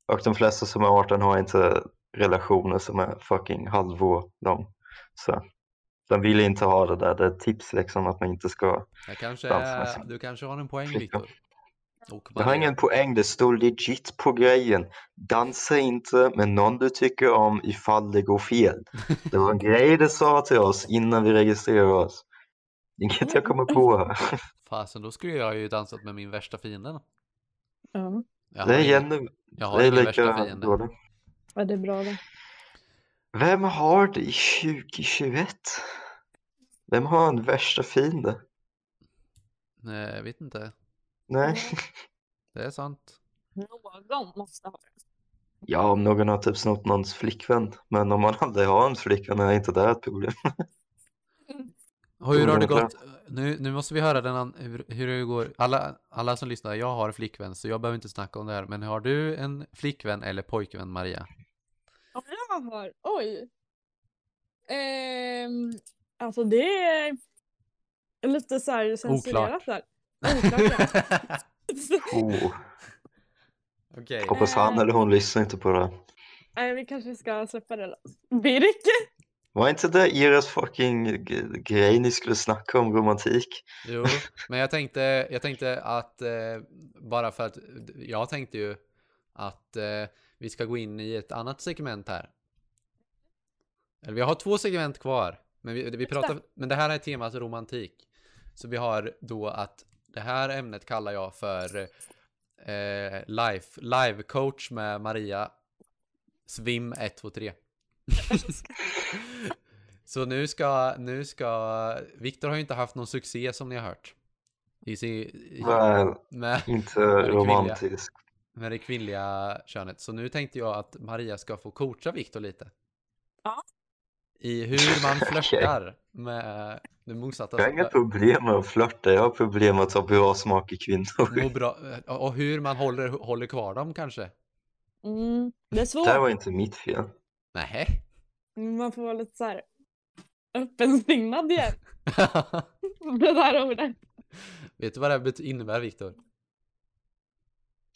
[SPEAKER 1] Och de flesta som är 18 har inte relationer som är fucking halvår lång. Så de vill inte ha det där. Det är ett tips liksom att man inte ska.
[SPEAKER 3] Jag kanske
[SPEAKER 1] Dans,
[SPEAKER 3] är... Du kanske har en poäng,
[SPEAKER 1] Flicka.
[SPEAKER 3] Viktor. Och
[SPEAKER 1] Det har
[SPEAKER 3] Maria.
[SPEAKER 1] ingen poäng. Det står legit på grejen. Dansa inte med någon du tycker om ifall det går fel. Det var en grej det sa till oss innan vi registrerade oss. Inget jag kommer på här.
[SPEAKER 3] Fasen, då skulle jag ju dansat med min värsta fiende.
[SPEAKER 2] Ja.
[SPEAKER 3] Jag
[SPEAKER 1] Det
[SPEAKER 3] har
[SPEAKER 1] är,
[SPEAKER 3] ingen,
[SPEAKER 1] Jenny-
[SPEAKER 3] jag har
[SPEAKER 1] det är
[SPEAKER 3] ingen värsta
[SPEAKER 1] lika
[SPEAKER 3] fiende.
[SPEAKER 1] dåligt.
[SPEAKER 2] ja det är bra det.
[SPEAKER 1] Vem har det i 2021? Vem har en värsta fiende?
[SPEAKER 3] Nej, jag vet inte.
[SPEAKER 1] Nej.
[SPEAKER 3] Det är sant.
[SPEAKER 2] Någon måste ha det.
[SPEAKER 1] Ja, om någon har typ snott någons flickvän. Men om man aldrig har en flickvän är inte det ett problem.
[SPEAKER 3] Hur har det
[SPEAKER 1] Mm,
[SPEAKER 3] gått? Nu, nu måste vi höra den an, hur, hur det går. Alla, alla som lyssnar, jag har flickvän så jag behöver inte snacka om det här. Men har du en flickvän eller pojkvän Maria?
[SPEAKER 2] Om jag har, oj. Ehm, alltså det är lite så här censurerat där. Oklart.
[SPEAKER 1] Oh,
[SPEAKER 3] Okej.
[SPEAKER 1] hoppas han eller hon lyssnar inte på det.
[SPEAKER 2] Nej, vi kanske ska släppa det då. Birk!
[SPEAKER 1] Var inte det eras fucking g- grej ni skulle snacka om romantik?
[SPEAKER 3] Jo, men jag tänkte, jag tänkte att eh, bara för att jag tänkte ju att eh, vi ska gå in i ett annat segment här. Eller vi har två segment kvar, men vi, vi pratar, men det här är temat romantik. Så vi har då att det här ämnet kallar jag för eh, life, live coach med Maria Svim 123. Så nu ska, nu ska, Viktor har ju inte haft någon succé som ni har hört. I sin, i,
[SPEAKER 1] Väl,
[SPEAKER 3] med,
[SPEAKER 1] inte
[SPEAKER 3] det kvinnliga?
[SPEAKER 1] romantisk.
[SPEAKER 3] med det kvinnliga könet. Så nu tänkte jag att Maria ska få coacha Viktor lite.
[SPEAKER 2] Ja.
[SPEAKER 3] i hur man flörtar med det motsatta.
[SPEAKER 1] Jag har inga problem med att flörta, jag har problem med att ha bra smak i
[SPEAKER 3] Må
[SPEAKER 1] kvinnor.
[SPEAKER 3] bra, och hur man håller, håller kvar dem kanske?
[SPEAKER 2] Mm, det är svårt.
[SPEAKER 1] Det här var inte mitt fel.
[SPEAKER 3] Nej.
[SPEAKER 2] Man får vara lite så här öppensinnad igen. Det där ordet.
[SPEAKER 3] Vet du vad det här bet- innebär Viktor?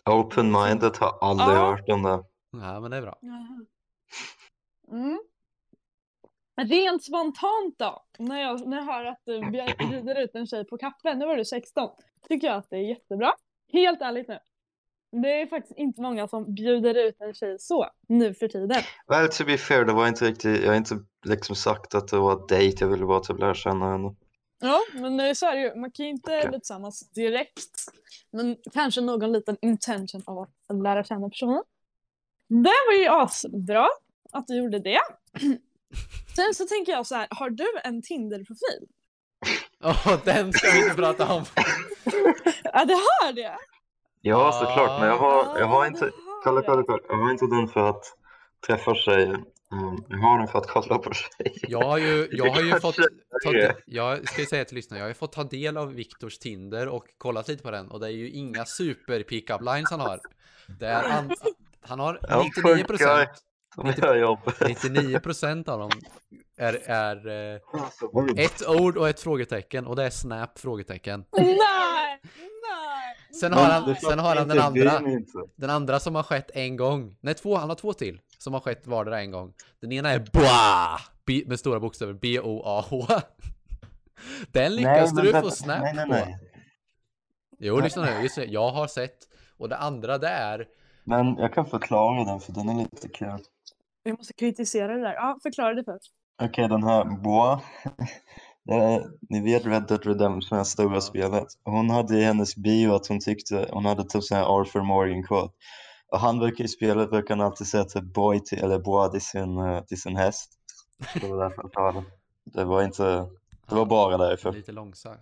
[SPEAKER 1] Open-minded har aldrig
[SPEAKER 2] Ja.
[SPEAKER 1] hört om det.
[SPEAKER 3] Nej, men det är bra.
[SPEAKER 2] Mm. Rent spontant då, när jag, när jag hör att du bjud- bjuder ut en tjej på kaffe, nu var du 16, tycker jag att det är jättebra. Helt ärligt nu. Det är faktiskt inte många som bjuder ut en tjej så nu för tiden.
[SPEAKER 1] Well, to be fair, det var inte riktigt, jag har inte liksom sagt att det var dejt, jag ville bara typ lära känna henne.
[SPEAKER 2] Ja, men det är så är det ju. Man kan ju inte bli tillsammans direkt. Men kanske någon liten intention av att lära känna personen. Det var ju asbra att du gjorde det. Sen så tänker jag så här, har du en Tinder-profil?
[SPEAKER 3] Åh, den ska vi inte prata om.
[SPEAKER 2] Ja, det har det!
[SPEAKER 3] Ah.
[SPEAKER 1] Ja, såklart, men jag har, jag har
[SPEAKER 2] Ja,
[SPEAKER 1] inte,
[SPEAKER 2] det har
[SPEAKER 1] kolla,
[SPEAKER 2] det.
[SPEAKER 1] kolla, kolla, jag har inte den för att träffa tjejer. Mm, jag har den för att kolla på tjejer.
[SPEAKER 3] Jag har ju, jag har ju
[SPEAKER 1] Kanske
[SPEAKER 3] fått... Ta
[SPEAKER 1] är.
[SPEAKER 3] de, jag ska ju säga till lyssnarna, jag har ju fått ta del av Viktors Tinder och kollat lite på den och det är ju inga super pickup lines han har. Det är an, han har
[SPEAKER 1] Ja,
[SPEAKER 3] 99
[SPEAKER 1] funkar. De gör jobbet.
[SPEAKER 3] 99 av dem är, är eh,
[SPEAKER 1] Alltså, oj.
[SPEAKER 3] ett ord och ett frågetecken och det är snap frågetecken.
[SPEAKER 2] Nej! Nej!
[SPEAKER 3] Sen har han-
[SPEAKER 1] Men det
[SPEAKER 3] sen har han
[SPEAKER 1] fattar
[SPEAKER 3] den
[SPEAKER 1] inte vi
[SPEAKER 3] andra.
[SPEAKER 1] inte.
[SPEAKER 3] Den andra som har skett en gång, nej två, han har två till som har skett vardera en gång. Den ena är BOA B- med stora bokstäver, B-O-A-H. Den lyckas
[SPEAKER 1] men
[SPEAKER 3] du
[SPEAKER 1] vänta,
[SPEAKER 3] få snap
[SPEAKER 1] nej, nej,
[SPEAKER 3] på.
[SPEAKER 1] nej.
[SPEAKER 3] Jo, lyssna nu, just det, jag har sett. Och det andra det är,
[SPEAKER 1] Men jag kan förklara den för den är lite kul.
[SPEAKER 2] Jag måste kritisera det där. Ja, förklara det först.
[SPEAKER 1] Okej, den här Boa. det är- Ni vet Red Dead Redemption, det här stora spelet. Hon hade i hennes bio att hon tyckte hon hade typ sån här Arthur Morgan quote. Och han verkar i spelet verkar han alltid säga typ boy till, eller boa till sin, eh, till sin häst. Det var därför jag sa det. Det var inte, det var bara därför.
[SPEAKER 3] lite långsamt.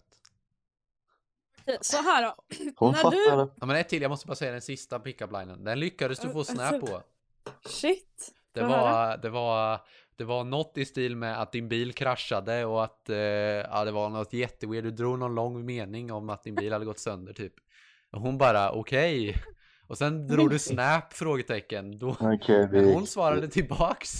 [SPEAKER 2] Okej, Så här då.
[SPEAKER 1] Hon
[SPEAKER 2] När
[SPEAKER 1] fattade.
[SPEAKER 3] Ja men ett till, jag måste bara säga den sista pickup linen. Den lyckades du få snap på.
[SPEAKER 2] Shit.
[SPEAKER 3] Det
[SPEAKER 2] Vad
[SPEAKER 3] var, det var, det var något i stil med att din bil kraschade och att eh, ja, det var något jätteweird. Du drog någon lång mening om att din bil hade gått sönder typ. Och hon bara okej. Och sen drog du snap frågetecken. Då,
[SPEAKER 1] Okej,
[SPEAKER 3] men
[SPEAKER 1] vi...
[SPEAKER 3] hon svarade tillbaks.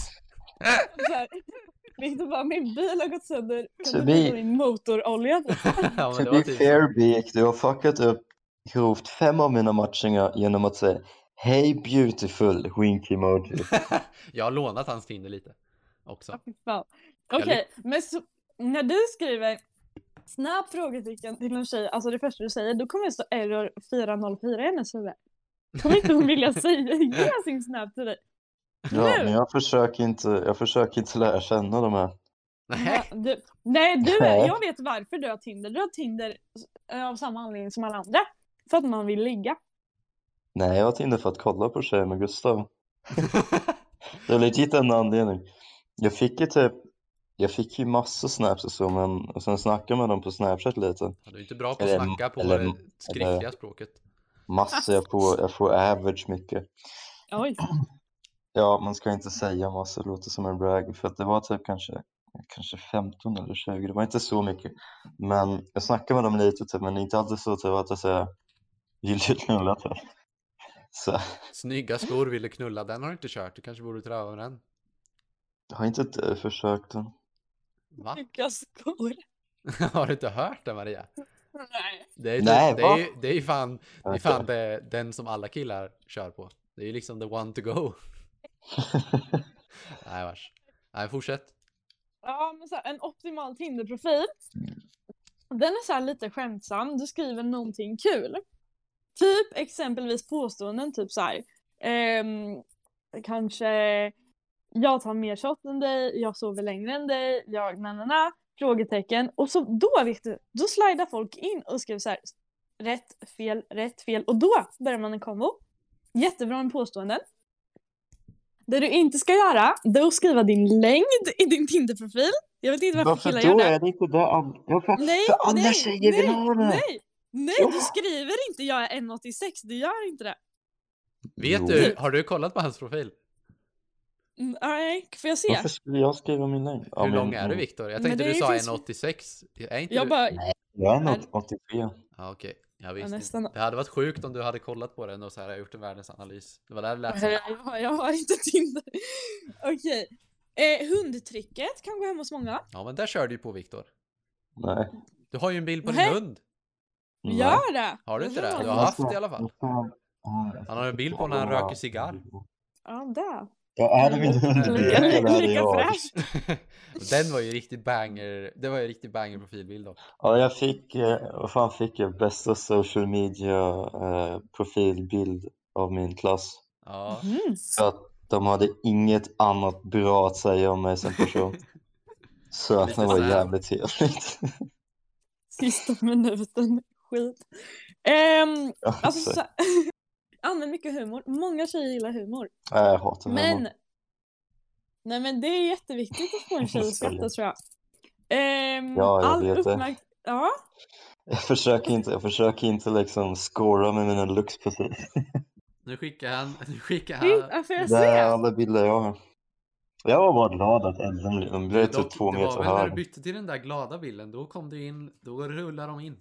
[SPEAKER 2] Så här, Victor bara, min bil har gått sönder.
[SPEAKER 1] Så
[SPEAKER 2] Kan du
[SPEAKER 1] vi-
[SPEAKER 2] byta min motorolja?
[SPEAKER 3] ja, men
[SPEAKER 1] To
[SPEAKER 3] det var
[SPEAKER 1] be
[SPEAKER 3] typ
[SPEAKER 1] fair Beak, du har fuckat upp grovt fem av mina matchningar genom att säga Hej beautiful, wink emoji.
[SPEAKER 3] Jag har lånat hans Tinder lite också.
[SPEAKER 2] Ja, fy fan. Okej, men så, när du skriver snabbt frågetecken till en tjej, alltså det första du säger, då kommer det stå error 404 i hennes huvud. Kommer inte hon vilja säga, ge sin snap till dig?
[SPEAKER 1] Ja,
[SPEAKER 2] Nu?
[SPEAKER 1] men jag försöker inte, jag försöker inte lära känna de här.
[SPEAKER 3] Nej.
[SPEAKER 2] Ja, du, nej, du är,
[SPEAKER 1] Ja.
[SPEAKER 2] jag vet varför du har Tinder. Du har Tinder eh, av samma anledning som alla andra. För att man vill ligga.
[SPEAKER 1] Nej, jag har Tinder för att kolla på tjejer med Gustav. det är legit en anledning. Jag fick ju typ, jag fick ju massor snaps och så, men och sen snackade jag med dem på Snapchat lite.
[SPEAKER 3] Ja, Du är inte bra på att
[SPEAKER 1] Eller-
[SPEAKER 3] snacka på
[SPEAKER 1] eller-
[SPEAKER 3] det skriftliga språket.
[SPEAKER 1] Massor, jag får, jag får average mycket.
[SPEAKER 2] Oj.
[SPEAKER 1] Ja, man ska inte säga massor, det låter som en brag, för att det var typ kanske, kanske 15 eller 20, det var inte så mycket. Men jag snackade med dem lite, typ, men det är inte alltid så typ, att jag säger vill du knulla typ. Så
[SPEAKER 3] Snygga skor ville knulla, den har du inte kört. Du kanske borde tröva den.
[SPEAKER 1] jag har inte eh, försökt den.
[SPEAKER 3] Va?
[SPEAKER 2] Vilka skor.
[SPEAKER 3] Har du inte hört det Maria?
[SPEAKER 2] Nej.
[SPEAKER 3] Det är ju, typ,
[SPEAKER 1] Nej,
[SPEAKER 3] det
[SPEAKER 1] va?
[SPEAKER 3] är ju, det är ju fan, det är
[SPEAKER 1] Okej.
[SPEAKER 3] fan det, den som alla killar kör på. Det är ju liksom the one to go. Nej vars. Nej fortsätt.
[SPEAKER 2] Ja, men så här, en optimal Tinder-profil. Den är så här lite skämtsam. Du skriver någonting kul. Typ exempelvis påståenden typ så här. ehm, kanske jag tar mer shot än dig, jag sover längre än dig, jag na na na, frågetecken. Och så då vet du, då slidar folk in och skriver så här rätt, fel, rätt, fel. Och då börjar man en kombo. Jättebra med påståenden. Det du inte ska göra, det är att skriva din längd i din Tinder-profil. Jag vet inte varför, killar
[SPEAKER 1] Varför
[SPEAKER 2] gör
[SPEAKER 1] då?
[SPEAKER 2] det.
[SPEAKER 1] Är det inte det? an- Ja, för-
[SPEAKER 2] Nej,
[SPEAKER 1] För andra
[SPEAKER 2] nej,
[SPEAKER 1] tjejer vill
[SPEAKER 2] nej,
[SPEAKER 1] ha det.
[SPEAKER 2] Nej, nej,
[SPEAKER 1] Ja.
[SPEAKER 2] du skriver inte jag är 1,86. Du gör inte det.
[SPEAKER 3] Vet
[SPEAKER 1] Jo.
[SPEAKER 3] du, har du kollat på hans profil?
[SPEAKER 2] Mm, Nej, får jag se?
[SPEAKER 1] Varför skulle jag skriva min längd? Ja, mm.
[SPEAKER 3] Hur
[SPEAKER 1] min-
[SPEAKER 3] lång är du Viktor? Jag
[SPEAKER 2] Men
[SPEAKER 3] tänkte
[SPEAKER 2] det
[SPEAKER 3] du
[SPEAKER 2] är
[SPEAKER 3] sa
[SPEAKER 2] precis-
[SPEAKER 3] 1,86. Är inte
[SPEAKER 2] Jag
[SPEAKER 3] du...
[SPEAKER 2] bara,
[SPEAKER 1] Jag är nog 83.
[SPEAKER 3] Ja, okej. Jag visste
[SPEAKER 2] Ja,
[SPEAKER 3] inte.
[SPEAKER 2] nästan.
[SPEAKER 3] Det hade varit sjukt om du hade kollat på den och så här gjort en världsanalys. Det var där det lät
[SPEAKER 1] alltså.
[SPEAKER 3] som.
[SPEAKER 2] jag har, jag har inte Tinder. Okej. Eh, hundtricket kan gå hem hos många.
[SPEAKER 3] Ja, men där kör du ju på Viktor.
[SPEAKER 1] Nej.
[SPEAKER 3] Du har ju en bild på
[SPEAKER 2] Nej.
[SPEAKER 3] din hund.
[SPEAKER 1] nej.
[SPEAKER 2] Gör det!
[SPEAKER 3] Har du inte
[SPEAKER 2] Ja.
[SPEAKER 3] det? Du har haft det i alla fall. Han har en bild på när han
[SPEAKER 1] Ja.
[SPEAKER 3] röker cigarr.
[SPEAKER 2] Ja, där.
[SPEAKER 1] Ja, är det min hund?
[SPEAKER 2] Lika,
[SPEAKER 1] Eller är det
[SPEAKER 2] Mm. lika
[SPEAKER 1] jag?
[SPEAKER 2] fräsch.
[SPEAKER 3] Den var ju riktigt banger. Det var ju riktigt banger profilbild dock.
[SPEAKER 1] Ja, jag fick, eh, vad fan fick jag? Bästa social media eh, profilbild av min klass.
[SPEAKER 3] Ja.
[SPEAKER 2] Mhm.
[SPEAKER 1] För att de hade inget annat bra att säga om mig som person. Så att
[SPEAKER 3] Lite
[SPEAKER 1] det var
[SPEAKER 3] sad.
[SPEAKER 1] jävligt trevligt.
[SPEAKER 2] Sista minuten, skit. Ehm, alltså, så... Använd mycket humor. Många tjejer gillar humor.
[SPEAKER 1] Nej, jag hatar
[SPEAKER 2] Men...
[SPEAKER 1] humor.
[SPEAKER 2] Nej men det är jätteviktigt att få en tjej att skratta tror jag. Ehm,
[SPEAKER 1] Ja, jag vet det.
[SPEAKER 2] uppmärk- Ja,
[SPEAKER 1] Jag försöker inte, jag försöker inte liksom scora med mina looks precis.
[SPEAKER 3] Nu skickar han, nu skickar
[SPEAKER 2] det är
[SPEAKER 3] han.
[SPEAKER 2] inte- får jag
[SPEAKER 1] Det är
[SPEAKER 2] se?
[SPEAKER 1] alla bilder jag har. Jag var bara glad att elden blev, den blev typ
[SPEAKER 3] Dock,
[SPEAKER 1] två
[SPEAKER 3] det var
[SPEAKER 1] meter
[SPEAKER 3] väl när du
[SPEAKER 1] hög.
[SPEAKER 3] bytte till den där glada bilden, då kom du in, då rullar de in.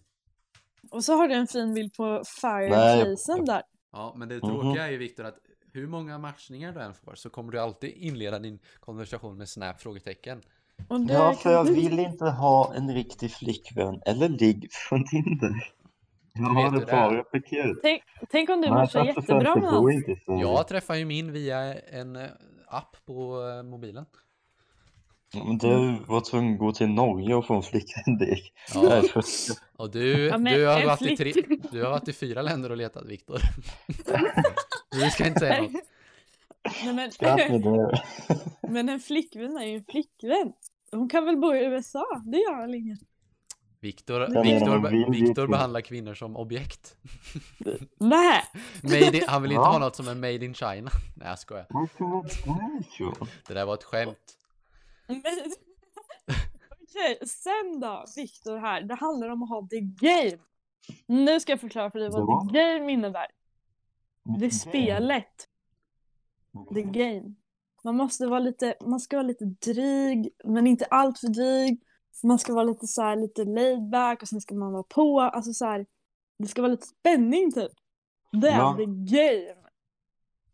[SPEAKER 2] Och så har du en fin bild på fireplacen
[SPEAKER 1] Nej.
[SPEAKER 2] där.
[SPEAKER 3] Ja, men det
[SPEAKER 1] Mhm.
[SPEAKER 3] tråkiga är ju Viktor att hur många matchningar du än får så kommer du alltid inleda din konversation med snap frågetecken.
[SPEAKER 2] Och där
[SPEAKER 1] Ja, för
[SPEAKER 2] kan
[SPEAKER 1] jag
[SPEAKER 2] du-
[SPEAKER 1] vill inte ha en riktig flickvän eller ligg från Tinder. Jag
[SPEAKER 3] Vet
[SPEAKER 1] har
[SPEAKER 3] du
[SPEAKER 1] det
[SPEAKER 3] det?
[SPEAKER 1] bara för kul.
[SPEAKER 2] Tänk, tänk om du
[SPEAKER 1] Nej,
[SPEAKER 2] matchar
[SPEAKER 1] fast och sen
[SPEAKER 2] jättebra
[SPEAKER 1] så
[SPEAKER 2] med
[SPEAKER 1] går
[SPEAKER 2] någon.
[SPEAKER 1] inte så.
[SPEAKER 3] Jag träffar ju min via en eh, app på eh, mobilen.
[SPEAKER 1] Ja, Men du var tvungen att gå till Norge och få en flickvän dig.
[SPEAKER 3] Ja.
[SPEAKER 1] Nej, för-
[SPEAKER 3] Och du,
[SPEAKER 2] Ja, men
[SPEAKER 3] du, har
[SPEAKER 2] en
[SPEAKER 3] varit i tre,
[SPEAKER 2] flick-
[SPEAKER 3] du har varit i fyra länder och letat Viktor. Du ska inte säga något.
[SPEAKER 2] Nej, men,
[SPEAKER 1] skratt med det.
[SPEAKER 2] men en flickvän är ju en flickvän. Hon kan väl bo i USA? Det gör väl inget?
[SPEAKER 3] Viktor
[SPEAKER 2] Jag
[SPEAKER 1] menar,
[SPEAKER 3] Viktor,
[SPEAKER 1] hon vill
[SPEAKER 3] be-
[SPEAKER 1] ju
[SPEAKER 3] Viktor
[SPEAKER 1] till-
[SPEAKER 3] behandlar kvinnor som objekt.
[SPEAKER 2] Nej.
[SPEAKER 3] Made in, han vill inte
[SPEAKER 1] Ja.
[SPEAKER 3] ha något som är made in China. Nej jag skojar.
[SPEAKER 1] Varför var det så?
[SPEAKER 3] Det där var ett skämt.
[SPEAKER 2] Men... Okej, sen då, Viktor här. Det handlar om att ha the game. Nu ska jag förklara för dig vad the game innebär. Det är spelet, the game. Man måste vara lite, man ska vara lite dryg, men inte allt för dryg. Man ska vara lite så här, lite laid back och sen ska man vara på. Alltså så här, det ska vara lite spänning typ. Det är
[SPEAKER 1] Ja.
[SPEAKER 2] the game.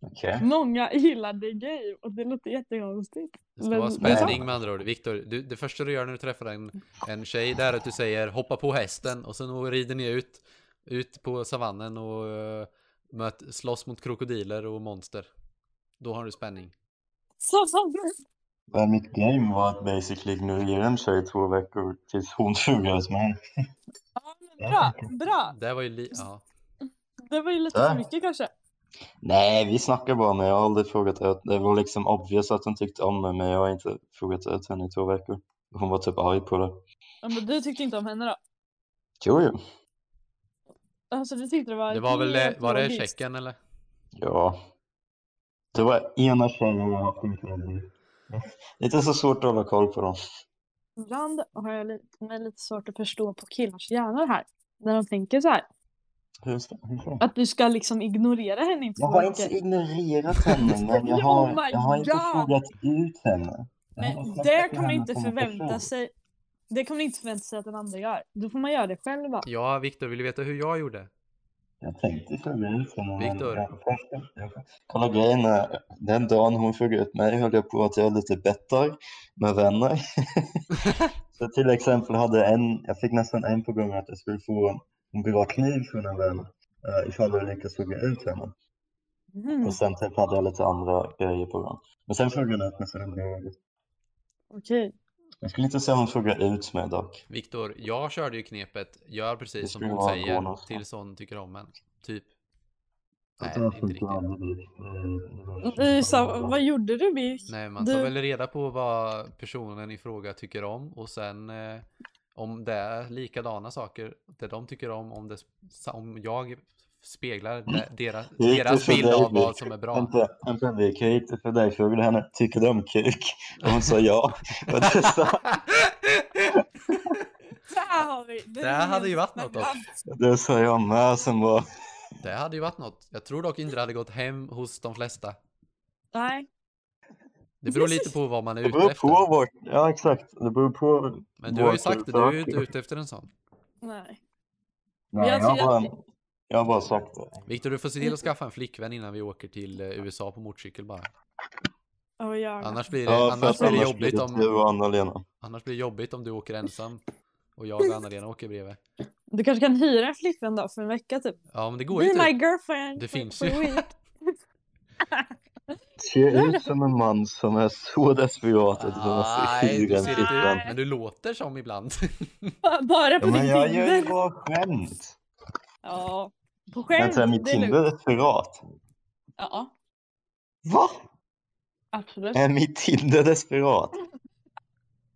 [SPEAKER 1] Okej.
[SPEAKER 2] Många gillar the game och det låter jättekonstigt.
[SPEAKER 3] Det ska
[SPEAKER 2] Men-
[SPEAKER 3] vara
[SPEAKER 1] det-
[SPEAKER 3] spänning med andra ord. Viktor, du- det första du gör när du träffar en, en tjej det är att du säger hoppa på hästen och sen rider ni ut, ut på savannen och eh, möt, slåss mot krokodiler och monster. Då har du spänning.
[SPEAKER 2] Så, så,
[SPEAKER 1] Men Mitt game var att basically ignorera en tjej i två veckor tills hon tjugades med en.
[SPEAKER 2] ja, men bra, bra.
[SPEAKER 3] Det var ju li- ja.
[SPEAKER 2] Det var ju lite
[SPEAKER 1] Där.
[SPEAKER 2] för mycket kanske.
[SPEAKER 1] Nej, vi snackar bara men jag har aldrig frågat ut. Det var liksom obvious att hon tyckte om mig men jag har inte frågat ut henne i två veckor. Hon var typ arg på det.
[SPEAKER 2] Ja, men du tyckte inte om henne då?
[SPEAKER 1] Jo, jo.
[SPEAKER 2] Alltså du tyckte det var
[SPEAKER 3] Det var väl, eh,
[SPEAKER 2] helt
[SPEAKER 3] var det
[SPEAKER 2] logiskt.
[SPEAKER 3] Tjeckien eller?
[SPEAKER 1] Ja. Det var ena tjejen jag haft i mitt liv. Det är inte så svårt att hålla koll på dem.
[SPEAKER 2] Ibland har jag lite, men lite svårt att förstå på killars hjärnor här. När de tänker så här.
[SPEAKER 1] Hur ska, hur ska?
[SPEAKER 2] Att du ska liksom ignorera henne inför
[SPEAKER 1] Jag har inte ignorerat henne, men jag
[SPEAKER 2] Oh
[SPEAKER 1] har,
[SPEAKER 2] my
[SPEAKER 1] jag har inte
[SPEAKER 2] God.
[SPEAKER 1] frågat ut henne. Jag har
[SPEAKER 2] Men
[SPEAKER 1] bara
[SPEAKER 2] det
[SPEAKER 1] snackat
[SPEAKER 2] kan
[SPEAKER 1] med
[SPEAKER 2] man
[SPEAKER 1] henne
[SPEAKER 2] inte
[SPEAKER 1] som en
[SPEAKER 2] förvänta
[SPEAKER 1] person.
[SPEAKER 2] sig. Det kan man inte förvänta sig att den andra gör. Då får man göra det själv va?
[SPEAKER 3] Ja, Viktor, vill du veta hur jag gjorde?
[SPEAKER 1] Jag tänkte fråga ut henne. men
[SPEAKER 3] Viktor.
[SPEAKER 1] jag- jag- Kolla grejen är, den dagen hon frågade ut mig höll jag på att jag lite bettar med vänner. så till exempel hade en, jag fick nästan en på gången att jag skulle få en bra kniv från en vän eh, ifall jag lyckades fråga ut henne.
[SPEAKER 2] Mm,
[SPEAKER 1] Och sen typ hade jag lite andra grejer på gång. Men sen frågade hon ut mig så det blev
[SPEAKER 2] Okej.
[SPEAKER 1] Jag skulle inte säga om hon frågade ut mig dock.
[SPEAKER 3] Viktor, jag körde ju knepet, gör
[SPEAKER 1] Det
[SPEAKER 3] precis som
[SPEAKER 1] skulle
[SPEAKER 3] hon
[SPEAKER 1] vara
[SPEAKER 3] säger,
[SPEAKER 1] bonus.
[SPEAKER 3] tills hon tycker om en. Typ. Nej,
[SPEAKER 1] Att
[SPEAKER 3] inte
[SPEAKER 1] jag skulle
[SPEAKER 3] riktigt.
[SPEAKER 1] gå aldrig dit. Mm.
[SPEAKER 2] Du sa, vad gjorde du Birk?
[SPEAKER 3] Nej, man
[SPEAKER 2] Du-
[SPEAKER 3] tar väl reda på vad personen i fråga tycker om och sen eh, om det är likadana saker, det de tycker om, om, det, om jag speglar de, deras,
[SPEAKER 1] Det är inte
[SPEAKER 3] deras
[SPEAKER 1] så
[SPEAKER 3] bild av
[SPEAKER 1] dåligt.
[SPEAKER 3] vad som är bra.
[SPEAKER 1] Vänta, vänta, vi kan ju inte för dig frågade henne, tycker du om kuk? Och hon sa ja. Och det sa,
[SPEAKER 2] Där har vi! Det
[SPEAKER 3] Där hade ju varit något då.
[SPEAKER 1] det sa jag med som var...
[SPEAKER 3] Det hade ju varit något. Jag tror dock inte det hade gått hem hos de flesta.
[SPEAKER 2] Nej.
[SPEAKER 3] Det beror lite på vad man är
[SPEAKER 1] Det
[SPEAKER 3] ute
[SPEAKER 1] beror på
[SPEAKER 3] efter.
[SPEAKER 1] vart, ja exakt, det beror på
[SPEAKER 3] Men du har ju
[SPEAKER 1] vart
[SPEAKER 3] sagt det, du är ju
[SPEAKER 1] söker.
[SPEAKER 3] inte ute efter en sån.
[SPEAKER 2] Nej.
[SPEAKER 1] Nej,
[SPEAKER 2] jag
[SPEAKER 1] jag,
[SPEAKER 2] tror
[SPEAKER 1] har bara,
[SPEAKER 2] jag-
[SPEAKER 1] jag har bara sagt det.
[SPEAKER 3] Viktor, du får se till att skaffa en flickvän innan vi åker till eh, USA på motorcykel bara.
[SPEAKER 2] Och jag
[SPEAKER 3] Annars blir det,
[SPEAKER 1] Ja, för
[SPEAKER 3] annars
[SPEAKER 1] att
[SPEAKER 3] blir det
[SPEAKER 1] annars blir
[SPEAKER 3] jobbigt
[SPEAKER 1] det
[SPEAKER 3] om,
[SPEAKER 1] du och Anna-Lena.
[SPEAKER 3] Annars blir det jobbigt om du åker ensam och jag och Anna-Lena åker bredvid.
[SPEAKER 2] Du kanske kan hyra en flickvän då för en vecka typ.
[SPEAKER 3] Ja, men det går
[SPEAKER 2] Be
[SPEAKER 3] ju
[SPEAKER 2] my
[SPEAKER 3] inte.
[SPEAKER 2] girlfriend
[SPEAKER 3] Det
[SPEAKER 2] for-
[SPEAKER 3] finns
[SPEAKER 2] for a
[SPEAKER 3] ju.
[SPEAKER 2] week.
[SPEAKER 1] Ser ut som en man som är så desperat att han måste
[SPEAKER 3] Nej,
[SPEAKER 1] hyra
[SPEAKER 3] du
[SPEAKER 1] en
[SPEAKER 3] ser inte ut,
[SPEAKER 1] flickvän.
[SPEAKER 3] men du låter som ibland.
[SPEAKER 2] Bara
[SPEAKER 1] Ja,
[SPEAKER 2] på
[SPEAKER 1] men
[SPEAKER 2] din
[SPEAKER 1] jag gör ju
[SPEAKER 2] Tinder.
[SPEAKER 1] bara skämt.
[SPEAKER 2] Ja. På
[SPEAKER 1] Men
[SPEAKER 2] skämt.
[SPEAKER 1] sen mitt
[SPEAKER 2] det är lugnt.
[SPEAKER 1] Tinder är desperat.
[SPEAKER 2] Ja,
[SPEAKER 1] Va?
[SPEAKER 2] absolut.
[SPEAKER 1] Är mitt Tinder desperat?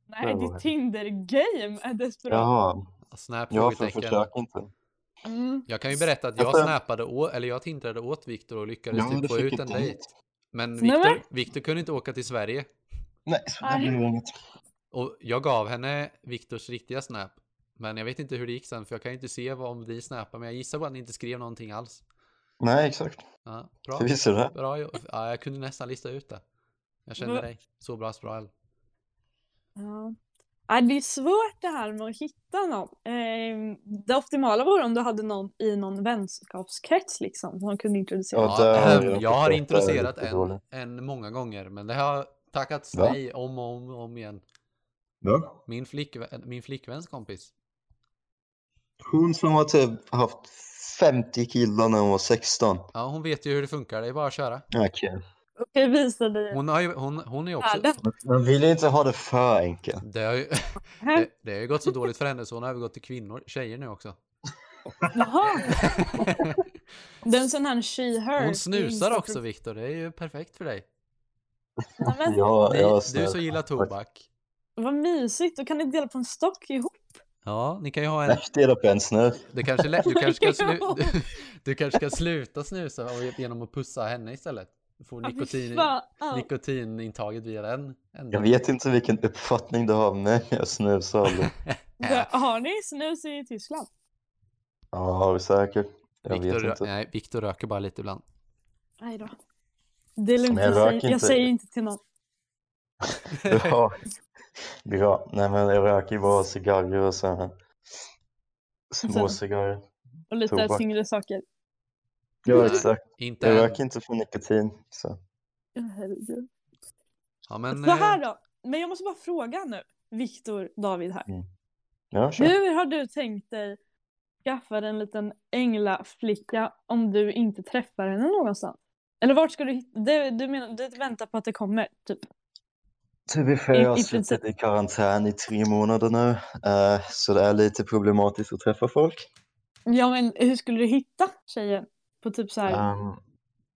[SPEAKER 2] Nej, ditt Tinder-game är desperat.
[SPEAKER 1] Jaha,
[SPEAKER 3] Snap
[SPEAKER 1] ja för
[SPEAKER 3] frågetecken.
[SPEAKER 1] försök inte.
[SPEAKER 2] Mm.
[SPEAKER 3] Jag kan ju berätta att jag
[SPEAKER 1] Alltså-
[SPEAKER 3] snappade å, eller jag tindrade åt Viktor och lyckades
[SPEAKER 1] Ja, men
[SPEAKER 3] typ
[SPEAKER 1] du
[SPEAKER 3] få
[SPEAKER 1] fick
[SPEAKER 3] ut
[SPEAKER 1] inte
[SPEAKER 3] en dejt.
[SPEAKER 1] hit.
[SPEAKER 3] Men
[SPEAKER 2] Nej, men-
[SPEAKER 3] Viktor, Viktor kunde inte åka till Sverige
[SPEAKER 1] Nej, så det
[SPEAKER 2] Nej.
[SPEAKER 1] blir inget.
[SPEAKER 3] och jag gav henne Viktors riktiga Snap. Men jag vet inte hur det gick sen för jag kan ju inte se vad om vi snappar men jag gissar på att ni inte skrev någonting alls.
[SPEAKER 1] Nej, exakt.
[SPEAKER 3] Ja, bra.
[SPEAKER 1] Så visste du det.
[SPEAKER 3] bra jo- ja, jag kunde nästan lista ut det. Jag känner
[SPEAKER 2] Va-
[SPEAKER 3] dig. Så bra Sprael.
[SPEAKER 2] Ja. Ja, det är svårt det här med att hitta någon. Eh, det optimala vore om du hade någon i någon vänskapskrets liksom som kunde introducera.
[SPEAKER 1] Ja, det
[SPEAKER 3] Ja,
[SPEAKER 1] har
[SPEAKER 3] ehm,
[SPEAKER 1] jag
[SPEAKER 3] jag har
[SPEAKER 1] förstått, det är
[SPEAKER 3] introducerat
[SPEAKER 1] riktigt
[SPEAKER 3] en,
[SPEAKER 1] dåligt.
[SPEAKER 3] en många gånger, men det har tackats
[SPEAKER 1] Va?
[SPEAKER 3] nej om och om, och om igen.
[SPEAKER 1] Ja.
[SPEAKER 3] Min, flickvän, min flickväns kompis.
[SPEAKER 1] Hon som har typ haft 50 killar när hon var 16.
[SPEAKER 3] Ja, hon vet ju hur det funkar, det är bara att köra.
[SPEAKER 1] Okej.
[SPEAKER 2] Okej, visa dig.
[SPEAKER 3] Hon, har ju, hon, hon är också...
[SPEAKER 2] Världen.
[SPEAKER 1] Man vill ju inte ha det för enkelt.
[SPEAKER 3] Det har, ju,
[SPEAKER 2] Här.
[SPEAKER 3] det, det har ju gått så dåligt för henne så hon har övergått till kvinnor, tjejer nu också.
[SPEAKER 2] Jaha, det är en sån här she her.
[SPEAKER 3] Hon snusar också Viktor, det är ju perfekt för dig.
[SPEAKER 2] Ja, men,
[SPEAKER 1] Ja,
[SPEAKER 3] Ni,
[SPEAKER 1] jag är
[SPEAKER 3] du
[SPEAKER 1] snäll.
[SPEAKER 3] som gillar tobak.
[SPEAKER 2] Vad mysigt, då kan ni dela på en stock ihop.
[SPEAKER 3] Ja, ni kan ju ha en...
[SPEAKER 1] Nej, dela på en snus.
[SPEAKER 3] Du kanske, lä- du kanske, ska, slu, du, du kanske ska sluta snusa och, genom att pussa henne istället. Du får
[SPEAKER 2] Ja, fy
[SPEAKER 3] nikotin, i-
[SPEAKER 2] fan.
[SPEAKER 3] nikotinintaget via den. änden.
[SPEAKER 1] Jag vet inte vilken uppfattning du har om mig. Jag snusar aldrig.
[SPEAKER 2] Ja,
[SPEAKER 3] Äh.
[SPEAKER 2] Har ni snus i Tyskland?
[SPEAKER 1] Ja, säkert. Jag vet
[SPEAKER 3] Viktor, rö-
[SPEAKER 1] inte.
[SPEAKER 3] nej, Viktor röker bara lite ibland.
[SPEAKER 2] Nej då. Det är lugnt,
[SPEAKER 1] Nej, jag
[SPEAKER 2] jag, säger,
[SPEAKER 1] röker
[SPEAKER 2] jag
[SPEAKER 1] inte.
[SPEAKER 2] säger inte till någon.
[SPEAKER 1] Bra. Bra. Nej, men jag röker ju bara cigarrer och så här. Små
[SPEAKER 2] Sen-
[SPEAKER 1] cigarrer.
[SPEAKER 2] Och lite
[SPEAKER 1] Tobak.
[SPEAKER 2] tyngre saker.
[SPEAKER 1] Ja,
[SPEAKER 3] Nej.
[SPEAKER 1] exakt.
[SPEAKER 3] Inte
[SPEAKER 1] Jag
[SPEAKER 3] än.
[SPEAKER 1] röker inte för nikotin. Så.
[SPEAKER 2] Ja, herregud.
[SPEAKER 3] Ja, men,
[SPEAKER 2] Så här
[SPEAKER 3] eh,
[SPEAKER 2] då. Men jag måste bara fråga nu, Viktor David här.
[SPEAKER 1] Ja, kör.
[SPEAKER 2] Hur har du tänkt dig skaffa dig en liten änglaflicka om du inte träffar henne någonstans? Eller vart ska du hitta? Du, du, menar, du väntar på att det kommer, typ?
[SPEAKER 1] To be fair,
[SPEAKER 2] I-
[SPEAKER 1] jag har
[SPEAKER 2] i princip-
[SPEAKER 1] suttit i karantän i tre månader nu. eh, Så det är lite problematiskt att träffa folk.
[SPEAKER 2] Ja, men hur skulle du hitta tjejen? På typ så här...
[SPEAKER 1] Ehm,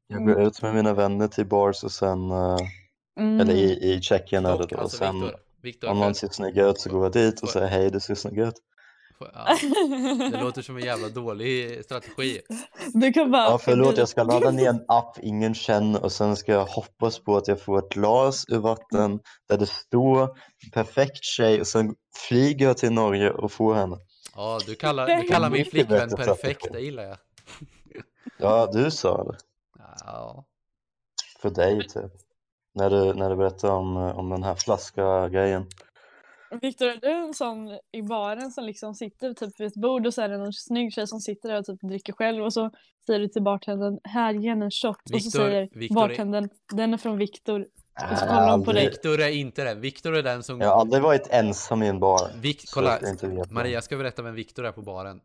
[SPEAKER 1] jag går ut med mina vänner till bars och sen, eh,
[SPEAKER 2] Mm.
[SPEAKER 1] eller i, i Tjeckien är det
[SPEAKER 3] dock,
[SPEAKER 1] då.
[SPEAKER 3] alltså,
[SPEAKER 1] sen
[SPEAKER 3] Viktor, Viktor,
[SPEAKER 1] om någon ser snygg ut så går jag dit och
[SPEAKER 3] Får-
[SPEAKER 1] säger hej, du ser snygg ut.
[SPEAKER 3] får- ja, det låter som en jävla dålig strategi.
[SPEAKER 2] Du kan bara...
[SPEAKER 1] Ja, förlåt, jag ska ladda ner en app ingen känner och sen ska jag hoppas på att jag får ett glas ur vatten där det står perfekt tjej och sen flyger jag till Norge och får henne.
[SPEAKER 3] Ja, du kallar, du kallar min
[SPEAKER 1] Mycket
[SPEAKER 3] flickvän
[SPEAKER 1] bättre
[SPEAKER 3] perfekt,
[SPEAKER 1] strategi.
[SPEAKER 3] det gillar jag.
[SPEAKER 1] Ja, du sa det.
[SPEAKER 3] Ja,
[SPEAKER 1] För dig typ. När du, när du berättade om, eh, om den här flaska-grejen.
[SPEAKER 2] Viktor, är du en sån i baren som liksom sitter typ vid ett bord och så är det någon snygg tjej som sitter där och typ dricker själv och så säger du till bartendern här ge henne en shot och så
[SPEAKER 3] Viktor-
[SPEAKER 2] säger
[SPEAKER 3] Viktor är-
[SPEAKER 2] bartendern den är från Viktor. Och så
[SPEAKER 1] Jag
[SPEAKER 2] kollar
[SPEAKER 1] har
[SPEAKER 2] hon på dig.
[SPEAKER 1] aldrig,
[SPEAKER 3] Viktor är inte den. Viktor är den som...
[SPEAKER 1] jag har aldrig varit ensam i en bar.
[SPEAKER 3] Vikt,
[SPEAKER 1] Så
[SPEAKER 3] kolla,
[SPEAKER 1] att jag inte vet.
[SPEAKER 3] Maria ska berätta vem Viktor är på baren.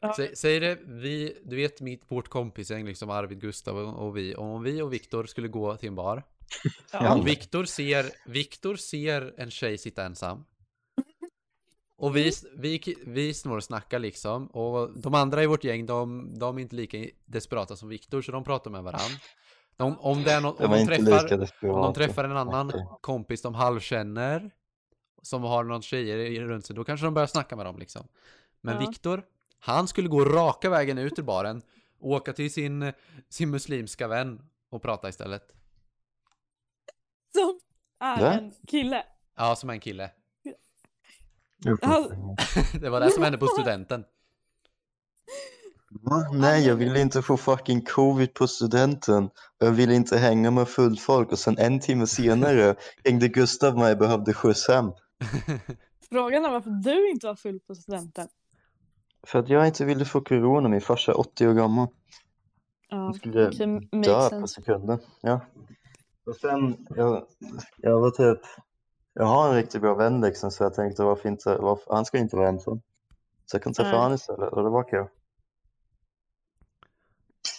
[SPEAKER 2] Ja.
[SPEAKER 3] Sä, säg det, vi, du vet mitt, vårt kompisgäng liksom Arvid, Gustav och, och vi. Om vi och Viktor skulle gå till en bar.
[SPEAKER 1] Ja.
[SPEAKER 3] Och Viktor ser, Viktor ser en tjej sitta ensam. Och vi, vi, vi snor och snackar liksom. Och de andra i vårt gäng, de, de är inte lika desperata som Viktor, så de pratar med varandra. De, om det är någon,
[SPEAKER 1] Det
[SPEAKER 3] om
[SPEAKER 1] var
[SPEAKER 3] de
[SPEAKER 1] inte
[SPEAKER 3] träffar,
[SPEAKER 1] lika typ. desperat.
[SPEAKER 3] om de träffar en annan
[SPEAKER 1] Okej.
[SPEAKER 3] kompis de halvkänner som har någon tjejer i- runt sig, då kanske de börjar snacka med dem liksom. Men
[SPEAKER 2] Ja.
[SPEAKER 3] Viktor, han skulle gå raka vägen ut ur baren och åka till sin, sin muslimska vän och prata istället.
[SPEAKER 2] Som är
[SPEAKER 1] Va?
[SPEAKER 2] en kille.
[SPEAKER 3] Ja, som en kille.
[SPEAKER 2] Han-
[SPEAKER 3] Det var det som hände på studenten.
[SPEAKER 1] Va? Nej, jag ville inte få fucking covid på studenten. Jag ville inte hänga med fullt folk och sen en timme senare hängde Gustav mig och behövde skjuts hem.
[SPEAKER 2] Frågan är varför du inte var full på studenten.
[SPEAKER 1] För att jag inte ville få corona, min farsa är 80 år gammal.
[SPEAKER 2] Ja,
[SPEAKER 1] Han skulle
[SPEAKER 2] okej, makes
[SPEAKER 1] dö på
[SPEAKER 2] sense.
[SPEAKER 1] sekunden. Ja. Och sen, jag, jag var typ, jag har en riktigt bra vän liksom, så jag tänkte varför inte, varför, han ska inte vara ensam. Så jag kan träffa
[SPEAKER 2] Nej.
[SPEAKER 1] honom istället och det var kul.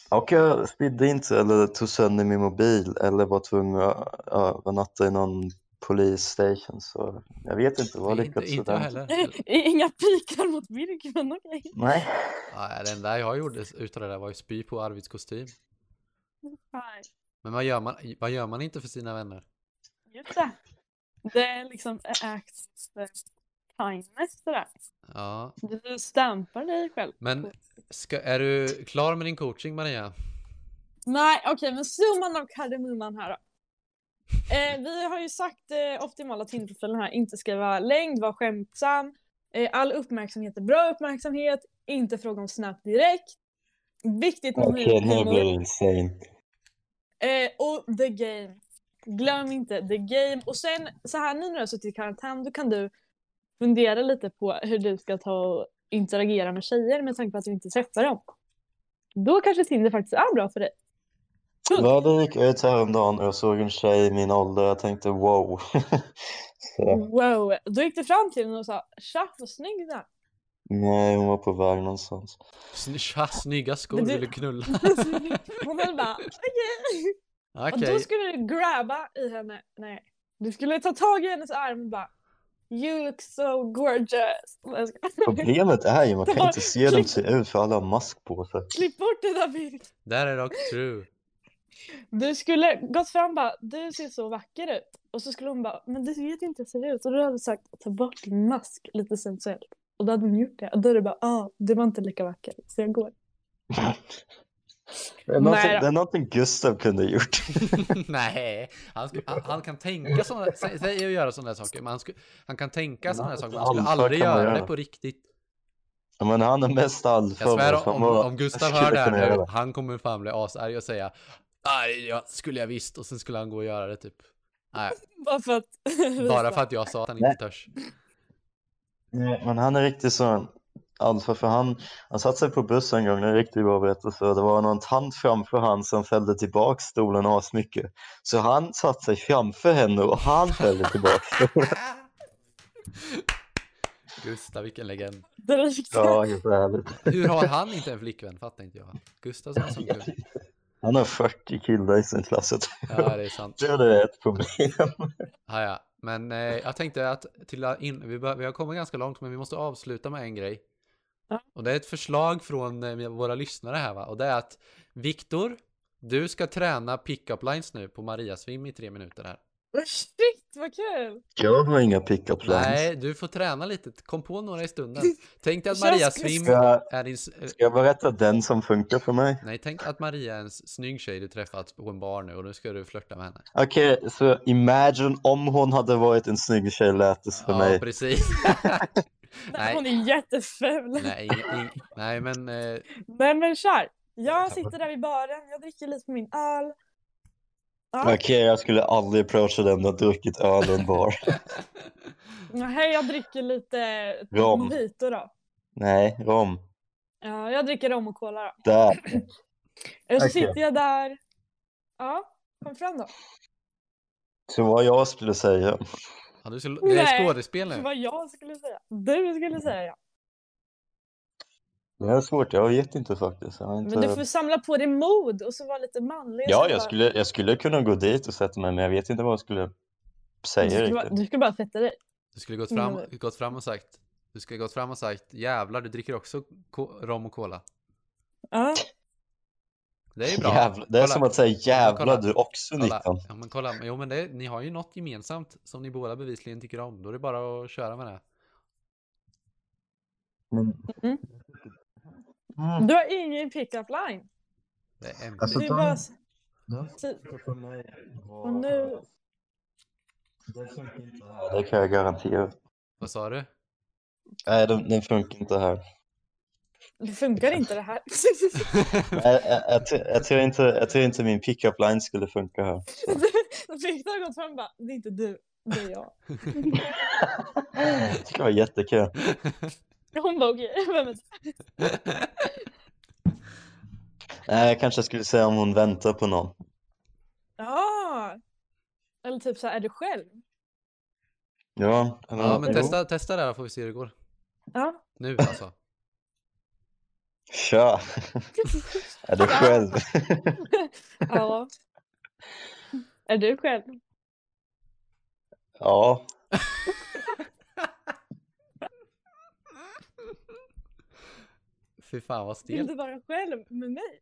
[SPEAKER 1] Och jag spydde inte eller tog sönder min mobil eller var tvungen att övernatta i någon polisstation så jag vet inte vad
[SPEAKER 3] Nej,
[SPEAKER 1] jag
[SPEAKER 3] inte,
[SPEAKER 1] lyckats
[SPEAKER 3] inte jag
[SPEAKER 1] sådär.
[SPEAKER 3] heller.
[SPEAKER 2] Inga pikar mot Birk, men okej.
[SPEAKER 1] Nej.
[SPEAKER 3] Nej, det enda jag gjorde utav det där var ju spy på Arvids kostym.
[SPEAKER 2] Nej,
[SPEAKER 3] Men vad gör, man, vad gör man inte för sina vänner?
[SPEAKER 2] Just det. Det är liksom a act of kindness det där.
[SPEAKER 3] Ja,
[SPEAKER 2] Du stampar dig själv.
[SPEAKER 3] men ska, är du klar med din coaching Maria?
[SPEAKER 2] Nej, okej, men summan av kardemumman här då. Eh, vi har ju sagt eh, optimala Tinderprofilen här, inte skriva längd, vara skämtsam. Eh, all uppmärksamhet är bra uppmärksamhet, inte fråga om snabbt direkt. Viktigt med humor.
[SPEAKER 1] insane.
[SPEAKER 2] Eh, och the game. Glöm inte the game. Och sen så här nu när du har suttit i karantän, då kan du fundera lite på hur du ska ta och interagera med tjejer med tanke på att du inte träffar dem. Då kanske Tinder faktiskt är bra för dig.
[SPEAKER 1] Ja, det gick jag ut häromdagen och jag såg en tjej i min ålder och jag tänkte wow. så,
[SPEAKER 2] Wow! Då gick du fram till henne och sa “Tja, vad snygg du är!”
[SPEAKER 1] nej, hon var på väg någonstans.
[SPEAKER 3] Sny, tja, snygga skor,
[SPEAKER 2] Men du-
[SPEAKER 3] vill du knulla?
[SPEAKER 2] Hon höll bara “Okej!” Och
[SPEAKER 3] Okej,
[SPEAKER 2] då skulle du grabba i henne. Nej. Du skulle ta tag i hennes arm och bara “You look so gorgeous!” Jag skojar.
[SPEAKER 1] Problemet är ju man kan inte se hur de
[SPEAKER 2] Klipp.
[SPEAKER 1] ser ut för alla har mask på sig.
[SPEAKER 2] Klipp bort det där Birk!
[SPEAKER 3] där är dock true.
[SPEAKER 2] Du skulle gått fram och bara, du ser så vacker ut. Och så skulle hon bara, men du vet inte hur jag ser ut. Och då hade du sagt, ta bort din mask lite sensuellt. Och då hade hon gjort det. Och då är det bara, ah, du var inte lika vacker, så jag går.
[SPEAKER 1] Det är någonting,
[SPEAKER 2] Nej då.
[SPEAKER 1] det är någonting Gustav kunde ha gjort.
[SPEAKER 3] Nej, han, sku, han, han kan tänka sådana, sä- säg och göra sådana saker, men han, sku, han kan tänka sådana här saker, men han skulle
[SPEAKER 1] Alfa
[SPEAKER 3] aldrig
[SPEAKER 1] kan man
[SPEAKER 3] göra
[SPEAKER 1] göra.
[SPEAKER 3] det på riktigt.
[SPEAKER 1] Men han är mest alfa.
[SPEAKER 3] Jag
[SPEAKER 1] men
[SPEAKER 3] svär
[SPEAKER 1] fan
[SPEAKER 3] om,
[SPEAKER 1] vad-
[SPEAKER 3] om Gustav
[SPEAKER 1] jag
[SPEAKER 3] hör det
[SPEAKER 1] skulle
[SPEAKER 3] här
[SPEAKER 1] kunna göra
[SPEAKER 3] nu, han kommer fan bli asarg och säga Nej, jag skulle jag visst och sen skulle han gå och göra det typ. Nej,
[SPEAKER 2] Bara för att...
[SPEAKER 3] bara för att jag sa att han inte törs.
[SPEAKER 1] Nej, Men han är riktigt sån alfa för han, han satte sig på bussen en gång, det är en riktigt bra berättelse. och Det var någon tant framför han som fällde tillbaka stolen asmycket. Så han satte sig framför henne och han fällde tillbaka stolen.
[SPEAKER 3] Gustav, vilken legend.
[SPEAKER 2] Det är liksom-
[SPEAKER 1] Ja, helt ärligt.
[SPEAKER 3] Hur har han inte en flickvän? Fattar inte jag. Gustav som är som kul.
[SPEAKER 1] Han har 40 killar i sin klass. Jag
[SPEAKER 3] Ja, det är sant.
[SPEAKER 1] tror det är ett problem.
[SPEAKER 3] Ja, ja. Men eh, jag tänkte att till, in, vi, bör, vi har kommit ganska långt, men vi måste avsluta med en grej.
[SPEAKER 2] Ja.
[SPEAKER 3] Och det är ett förslag från eh, våra lyssnare här, va? och det är att Viktor, du ska träna pick-up lines nu på Mariasvim i tre minuter här.
[SPEAKER 2] Shit, vad kul!
[SPEAKER 1] Jag har inga pick-up lines.
[SPEAKER 3] Nej, du får träna lite. Kom på några i stunden. Tänk dig att
[SPEAKER 2] Kör
[SPEAKER 3] Maria
[SPEAKER 2] skridskor.
[SPEAKER 3] Svim
[SPEAKER 1] Ska,
[SPEAKER 3] är din... s- eh,
[SPEAKER 1] ska jag berätta den som funkar för mig?
[SPEAKER 3] Nej, tänk att Maria är en s- snygg tjej du träffat på en bar nu och nu ska du flörta med henne.
[SPEAKER 1] Okej, så imagine om hon hade varit en snygg tjej lät det för
[SPEAKER 3] ja,
[SPEAKER 1] mig.
[SPEAKER 3] precis.
[SPEAKER 2] Nej. Hon
[SPEAKER 3] nej,
[SPEAKER 2] är jätteful. Nej.
[SPEAKER 3] nej, ing- ing- nej, men eh,
[SPEAKER 2] men kör! Jag sitter där vid baren, jag dricker lite på min öl.
[SPEAKER 1] Okej,
[SPEAKER 2] Ja.
[SPEAKER 1] jag skulle aldrig approacha den som druckit öl i en bar.
[SPEAKER 2] Hej, jag dricker lite
[SPEAKER 1] Rom.
[SPEAKER 2] mojito då.
[SPEAKER 1] Nej, rom.
[SPEAKER 2] Ja, jag dricker rom och cola då.
[SPEAKER 1] Där.
[SPEAKER 2] Och så
[SPEAKER 1] Okej.
[SPEAKER 2] sitter jag där. Ja, kom fram då.
[SPEAKER 1] Så vad jag skulle säga.
[SPEAKER 3] ja, du skulle, det är
[SPEAKER 2] Nej.
[SPEAKER 3] skådespel nu.
[SPEAKER 2] Vad jag skulle säga. Du skulle säga ja.
[SPEAKER 1] Det här är svårt, jag vet inte faktiskt. Jag har inte...
[SPEAKER 2] Men du får samla på dig mod och så vara lite manlig. och
[SPEAKER 1] Ja,
[SPEAKER 2] så
[SPEAKER 1] jag
[SPEAKER 2] bara-
[SPEAKER 1] skulle, jag skulle kunna gå dit och sätta mig, men jag vet inte vad jag skulle
[SPEAKER 2] du
[SPEAKER 1] säga
[SPEAKER 2] skulle, bara,
[SPEAKER 1] riktigt.
[SPEAKER 2] du skulle bara sätta dig.
[SPEAKER 3] Du skulle gått fram,
[SPEAKER 2] Mm.
[SPEAKER 3] gått fram och sagt, du skulle gått fram och sagt, jävlar du dricker också ko- rom och cola.
[SPEAKER 2] Ja.
[SPEAKER 3] Det är ju bra.
[SPEAKER 1] Jävla, det är
[SPEAKER 3] Kolla.
[SPEAKER 1] som att säga jävla
[SPEAKER 3] kolla.
[SPEAKER 1] du är också
[SPEAKER 3] Kolla,
[SPEAKER 1] 19.
[SPEAKER 3] ja, men kolla, jo men det, ni har ju något gemensamt som ni båda bevisligen tycker om. Då är det bara att köra med det.
[SPEAKER 1] Men...
[SPEAKER 2] Mm.
[SPEAKER 1] Mm.
[SPEAKER 2] Du har ingen pick-up line.
[SPEAKER 3] det är en-
[SPEAKER 1] Alltså,
[SPEAKER 2] Du är
[SPEAKER 1] de-
[SPEAKER 2] bara... s-
[SPEAKER 1] de-
[SPEAKER 2] si-
[SPEAKER 1] För mig var-
[SPEAKER 2] Och nu-
[SPEAKER 1] Det funkar inte här. Det kan jag garantera.
[SPEAKER 3] vad sa du?
[SPEAKER 1] Nej, den, den funkar inte här.
[SPEAKER 2] det funkar inte det här.
[SPEAKER 1] Jag, jag, jag, tror- jag, tror inte, jag tror inte min pickup line skulle funka här.
[SPEAKER 2] Viktor har gått fram och bara, det är inte du, det är jag.
[SPEAKER 1] Det skulle vara jättekul.
[SPEAKER 2] Hon bara okej, vem är det?
[SPEAKER 1] Nej, jag kanske skulle säga om hon väntar på någon.
[SPEAKER 2] Ja! Eller typ så här, är du själv?
[SPEAKER 1] Ja, eller-
[SPEAKER 3] ja, men
[SPEAKER 1] jo.
[SPEAKER 3] testa, testa det här får vi se hur det går.
[SPEAKER 2] Ja.
[SPEAKER 3] Nu alltså.
[SPEAKER 1] Kör! Är du själv?
[SPEAKER 2] ja. Är du själv?
[SPEAKER 1] Ja.
[SPEAKER 3] Fy fan vad
[SPEAKER 2] Vill
[SPEAKER 3] stelt.
[SPEAKER 2] du vara själv med mig?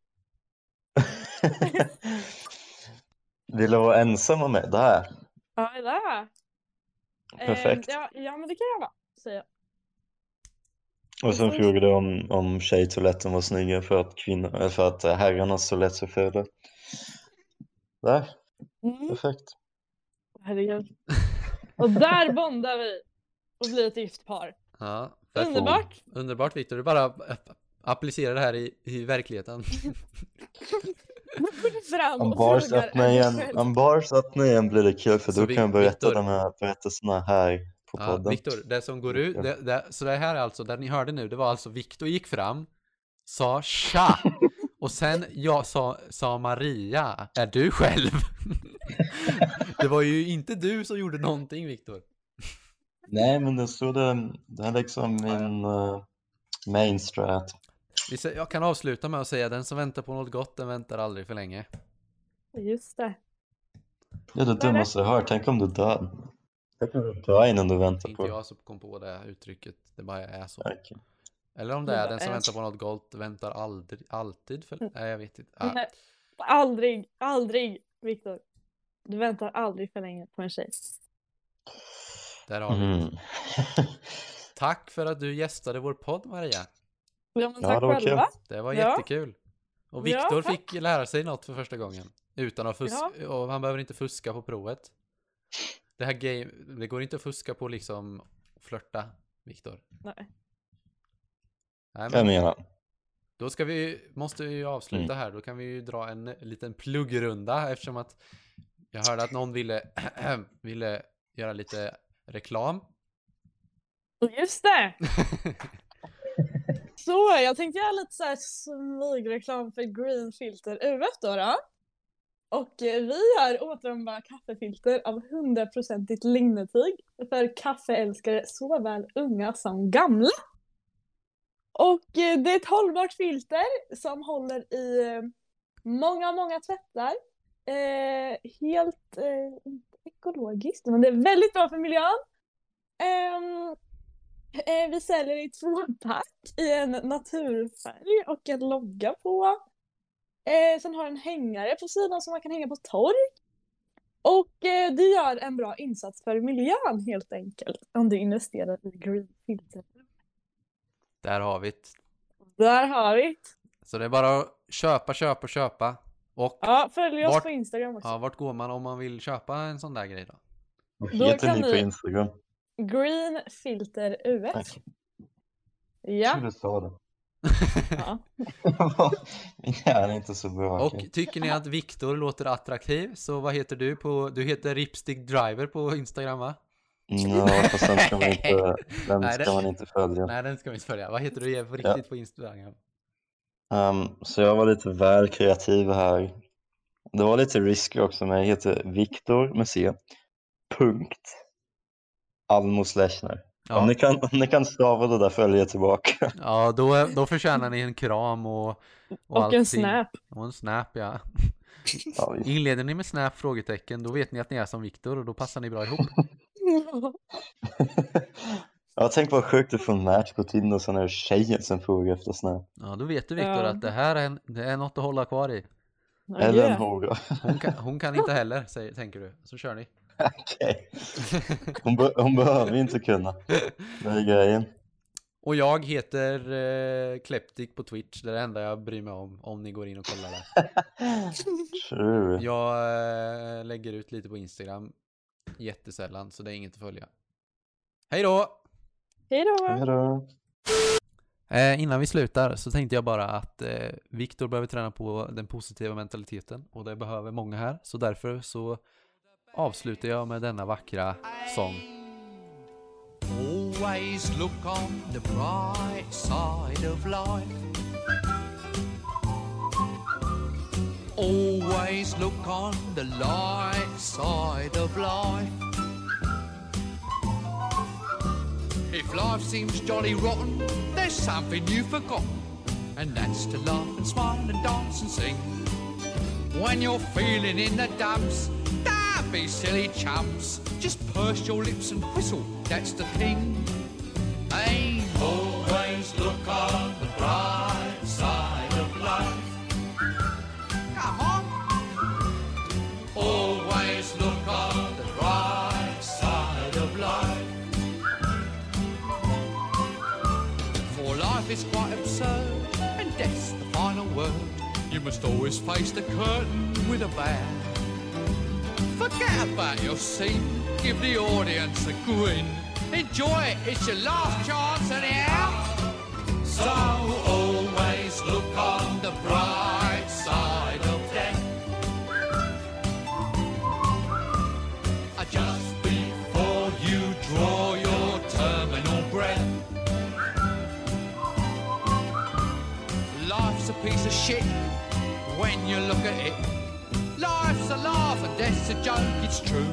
[SPEAKER 1] Vill du vara ensam med mig? Där.
[SPEAKER 2] Ja, det är det.
[SPEAKER 1] Perfekt.
[SPEAKER 2] Eh, ja, ja, men det kan jag vara, säger jag.
[SPEAKER 1] Och sen frågade jag om, om tjejtoaletten var snyggare för att, kvinnor, eller för att eh, herrarnas toalett var fulare. Där,
[SPEAKER 2] Mm.
[SPEAKER 1] perfekt.
[SPEAKER 2] Herregud. Och där bondar vi och blir ett gift par.
[SPEAKER 3] Ja, perfekt.
[SPEAKER 2] Underbart!
[SPEAKER 3] Underbart Viktor, du bara app- applicerar det här i, i verkligheten.
[SPEAKER 2] Nu går du fram
[SPEAKER 1] Om
[SPEAKER 2] och
[SPEAKER 1] bars
[SPEAKER 2] frågar,
[SPEAKER 1] öppnar
[SPEAKER 2] är du
[SPEAKER 1] igen,
[SPEAKER 2] själv?
[SPEAKER 1] om bars öppnar igen blir det kul för
[SPEAKER 3] Så
[SPEAKER 1] då
[SPEAKER 3] vi-
[SPEAKER 1] kan jag berätta
[SPEAKER 3] Viktor-
[SPEAKER 1] de här berättelserna här på
[SPEAKER 3] Ja,
[SPEAKER 1] podden.
[SPEAKER 3] Viktor, det som går ut, det, det, så det här är alltså, det ni hörde nu, det var alltså Viktor gick fram, sa tja, och sen jag sa, sa Maria, är du själv? Det var ju inte du som gjorde någonting Viktor.
[SPEAKER 1] Nej men det stod det, det är liksom min uh, main strat.
[SPEAKER 3] Vi sä- Jag kan avsluta med att säga, den som väntar på något gott, den väntar aldrig för länge.
[SPEAKER 2] Just det.
[SPEAKER 1] Det är det
[SPEAKER 2] det?
[SPEAKER 1] dummaste jag hört, tänk om du dör. Tänk om du dör innan du
[SPEAKER 3] Det
[SPEAKER 1] väntar
[SPEAKER 3] är
[SPEAKER 1] på
[SPEAKER 3] inte jag som kom på det uttrycket, det bara är så.
[SPEAKER 1] Okej.
[SPEAKER 3] Eller om det
[SPEAKER 2] Det
[SPEAKER 3] är
[SPEAKER 2] bara
[SPEAKER 3] den som
[SPEAKER 2] är
[SPEAKER 3] väntar
[SPEAKER 2] så.
[SPEAKER 3] på något gott, väntar aldrig, alltid för Nej, jag vet inte. Ah.
[SPEAKER 2] Nej, aldrig, aldrig, Viktor. Du väntar aldrig för länge på en tjej.
[SPEAKER 3] Där har vi.
[SPEAKER 1] Mm.
[SPEAKER 3] Tack för att du gästade vår podd Maria.
[SPEAKER 2] Ja, men
[SPEAKER 1] Ja,
[SPEAKER 2] tack
[SPEAKER 1] det var kul.
[SPEAKER 2] själva.
[SPEAKER 3] Det var
[SPEAKER 2] Ja.
[SPEAKER 3] jättekul. Och
[SPEAKER 2] Ja,
[SPEAKER 3] Viktor
[SPEAKER 2] tack.
[SPEAKER 3] fick lära sig något för första gången. Utan att fuska, och han behöver inte fuska på provet. Det här game, det går inte att fuska på liksom flörta, Viktor.
[SPEAKER 2] Nej.
[SPEAKER 3] Nej,
[SPEAKER 1] Jag
[SPEAKER 3] men
[SPEAKER 1] menar,
[SPEAKER 3] då ska vi, måste vi ju avsluta här. Då kan vi ju dra en liten pluggrunda eftersom att jag hörde att någon ville, ville göra lite reklam.
[SPEAKER 2] Just det! Så, jag tänkte göra lite så här smygreklam för Green Filter UF då. då. Och eh, vi har återanvändbara kaffefilter av 100% lignetyg för kaffeälskare såväl unga som gamla. Och eh, det är ett hållbart filter som håller i eh, många, många tvättar. Eh, helt, eh, inte ekologiskt, men det är väldigt bra för miljön. Ehm, eh, vi säljer i två pack i en naturfärg och en logga på. Eh, sen har en hängare på sidan som man kan hänga på tork. Och eh, det gör en bra insats för miljön helt enkelt om du investerar i green filter.
[SPEAKER 3] Där har vi det.
[SPEAKER 2] Där har vi
[SPEAKER 3] Så det är bara att köpa, köpa, köpa. Och
[SPEAKER 2] Ja, följ oss
[SPEAKER 3] Vart-
[SPEAKER 2] på Instagram också.
[SPEAKER 3] ja, vart går man om man vill köpa en sån där grej då?
[SPEAKER 1] vad
[SPEAKER 2] Då
[SPEAKER 1] heter
[SPEAKER 2] kan
[SPEAKER 1] ni på
[SPEAKER 2] ni-
[SPEAKER 1] Instagram?
[SPEAKER 2] Green filter UF.
[SPEAKER 3] Alltså.
[SPEAKER 1] Tack.
[SPEAKER 2] Ja.
[SPEAKER 1] Du sa det.
[SPEAKER 2] ja.
[SPEAKER 1] Min hjärna är inte så bra.
[SPEAKER 3] Och
[SPEAKER 1] okej.
[SPEAKER 3] tycker ni att Viktor låter attraktiv så vad heter du på, du heter Ripstick Driver på Instagram va?
[SPEAKER 1] Mm, Ja, fast den ska man inte, den
[SPEAKER 3] Nej, det-
[SPEAKER 1] ska man inte följa.
[SPEAKER 3] Nej den ska vi inte följa, vad heter du på riktigt på Instagram?
[SPEAKER 1] Ehm, så jag var lite väl kreativ här. Det var lite risker också, men jag heter Viktor med C. Punkt. Almo Sleshner. Om,
[SPEAKER 3] Ja,
[SPEAKER 1] ni kan, om ni kan stava det där följer jag tillbaka.
[SPEAKER 3] ja då, då förtjänar ni en kram och, och,
[SPEAKER 2] Och en
[SPEAKER 3] allting.
[SPEAKER 2] snap.
[SPEAKER 3] Och en snap ja.
[SPEAKER 1] Ja, vi-
[SPEAKER 3] Inleder ni med snap frågetecken då vet ni att ni är som Viktor och då passar ni bra ihop.
[SPEAKER 1] ja, tänk vad sjukt du får en match på Tinder och sen är det tjejen som frågar efter snap.
[SPEAKER 3] Ja då vet du Viktor
[SPEAKER 2] Ja.
[SPEAKER 3] att det här är, en, det är något att hålla kvar i.
[SPEAKER 2] Ja,
[SPEAKER 1] Eller en
[SPEAKER 2] yeah.
[SPEAKER 1] hora.
[SPEAKER 3] Hon kan, hon kan inte heller säger, tänker du, så kör ni.
[SPEAKER 1] Okej. Hon, be- hon behöver inte kunna. Det är grejen.
[SPEAKER 3] Och jag heter eh, Kleptik på Twitch, det är det enda jag bryr mig om, om ni går in och kollar där.
[SPEAKER 1] True.
[SPEAKER 3] Jag eh, lägger ut lite på Instagram jättesällan, så det är inget att följa. Hej då!
[SPEAKER 2] Hej då!
[SPEAKER 1] Hej då.
[SPEAKER 3] Eh, innan vi slutar så tänkte jag bara att eh, Viktor behöver träna på den positiva mentaliteten och det behöver många här. Så därför så avslutar jag med denna vackra sång.
[SPEAKER 4] Always look on the bright side of life. Always look on the light side of life. If life seems jolly rotten, there's something you've forgotten, and that's to laugh and smile and dance and sing. When you're feeling in the dumps, don't be silly chumps. Just purse your lips and whistle, that's the thing. Hey, always look on the bright side of life. Come on. Always look on the bright side of life. For life is quite absurd, and death's the final word. You must always face the curtain with a bow. Forget about your scene, give the audience a grin. Enjoy it, it's your last chance anyhow. So always look on the bright side of death. Just before you draw your terminal breath. Life's a piece of shit when you look at it. Life's a laugh and death's a joke, it's true.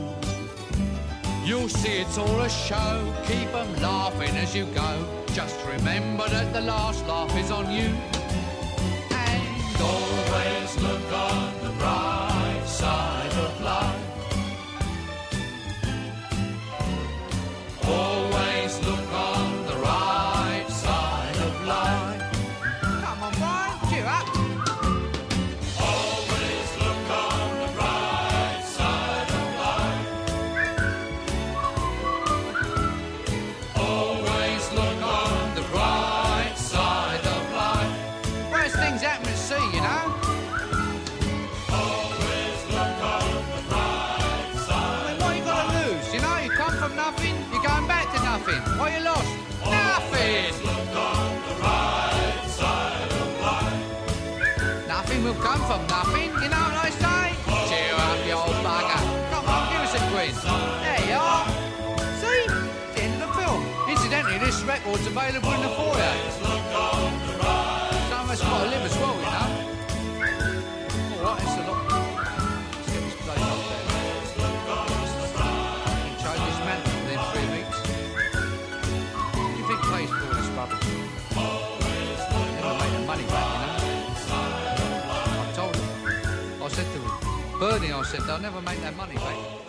[SPEAKER 4] You'll see it's all a show, keep 'em laughing as you go. Just remember that the last laugh is on you. And always look on the bright side of life. Always look on the right side of life. Come on, Brian, cheer up. Always look on the bright side of life. Always look on the bright side of life. Worst things happen at sea, you know. Always look on the bright side. what you gotta lose? You know, you come from nothing, you're going back to nothing. What you lost? Nothing. look on the right side of life. Nothing will come from nothing, you know what I say? Cheer up, you old bugger. Come on, give us a quiz. There you are. See? It's the end of the film. Incidentally, this record's available in the foyer. Some of us gotta live as well, you know. All right, it's a lot. Let's get this bloody off there. Charge this man within three weeks. You think pays for all this rubbish? Never made the money back, you know. I told him. I said to him, Bernie, I said, they'll never make that money back.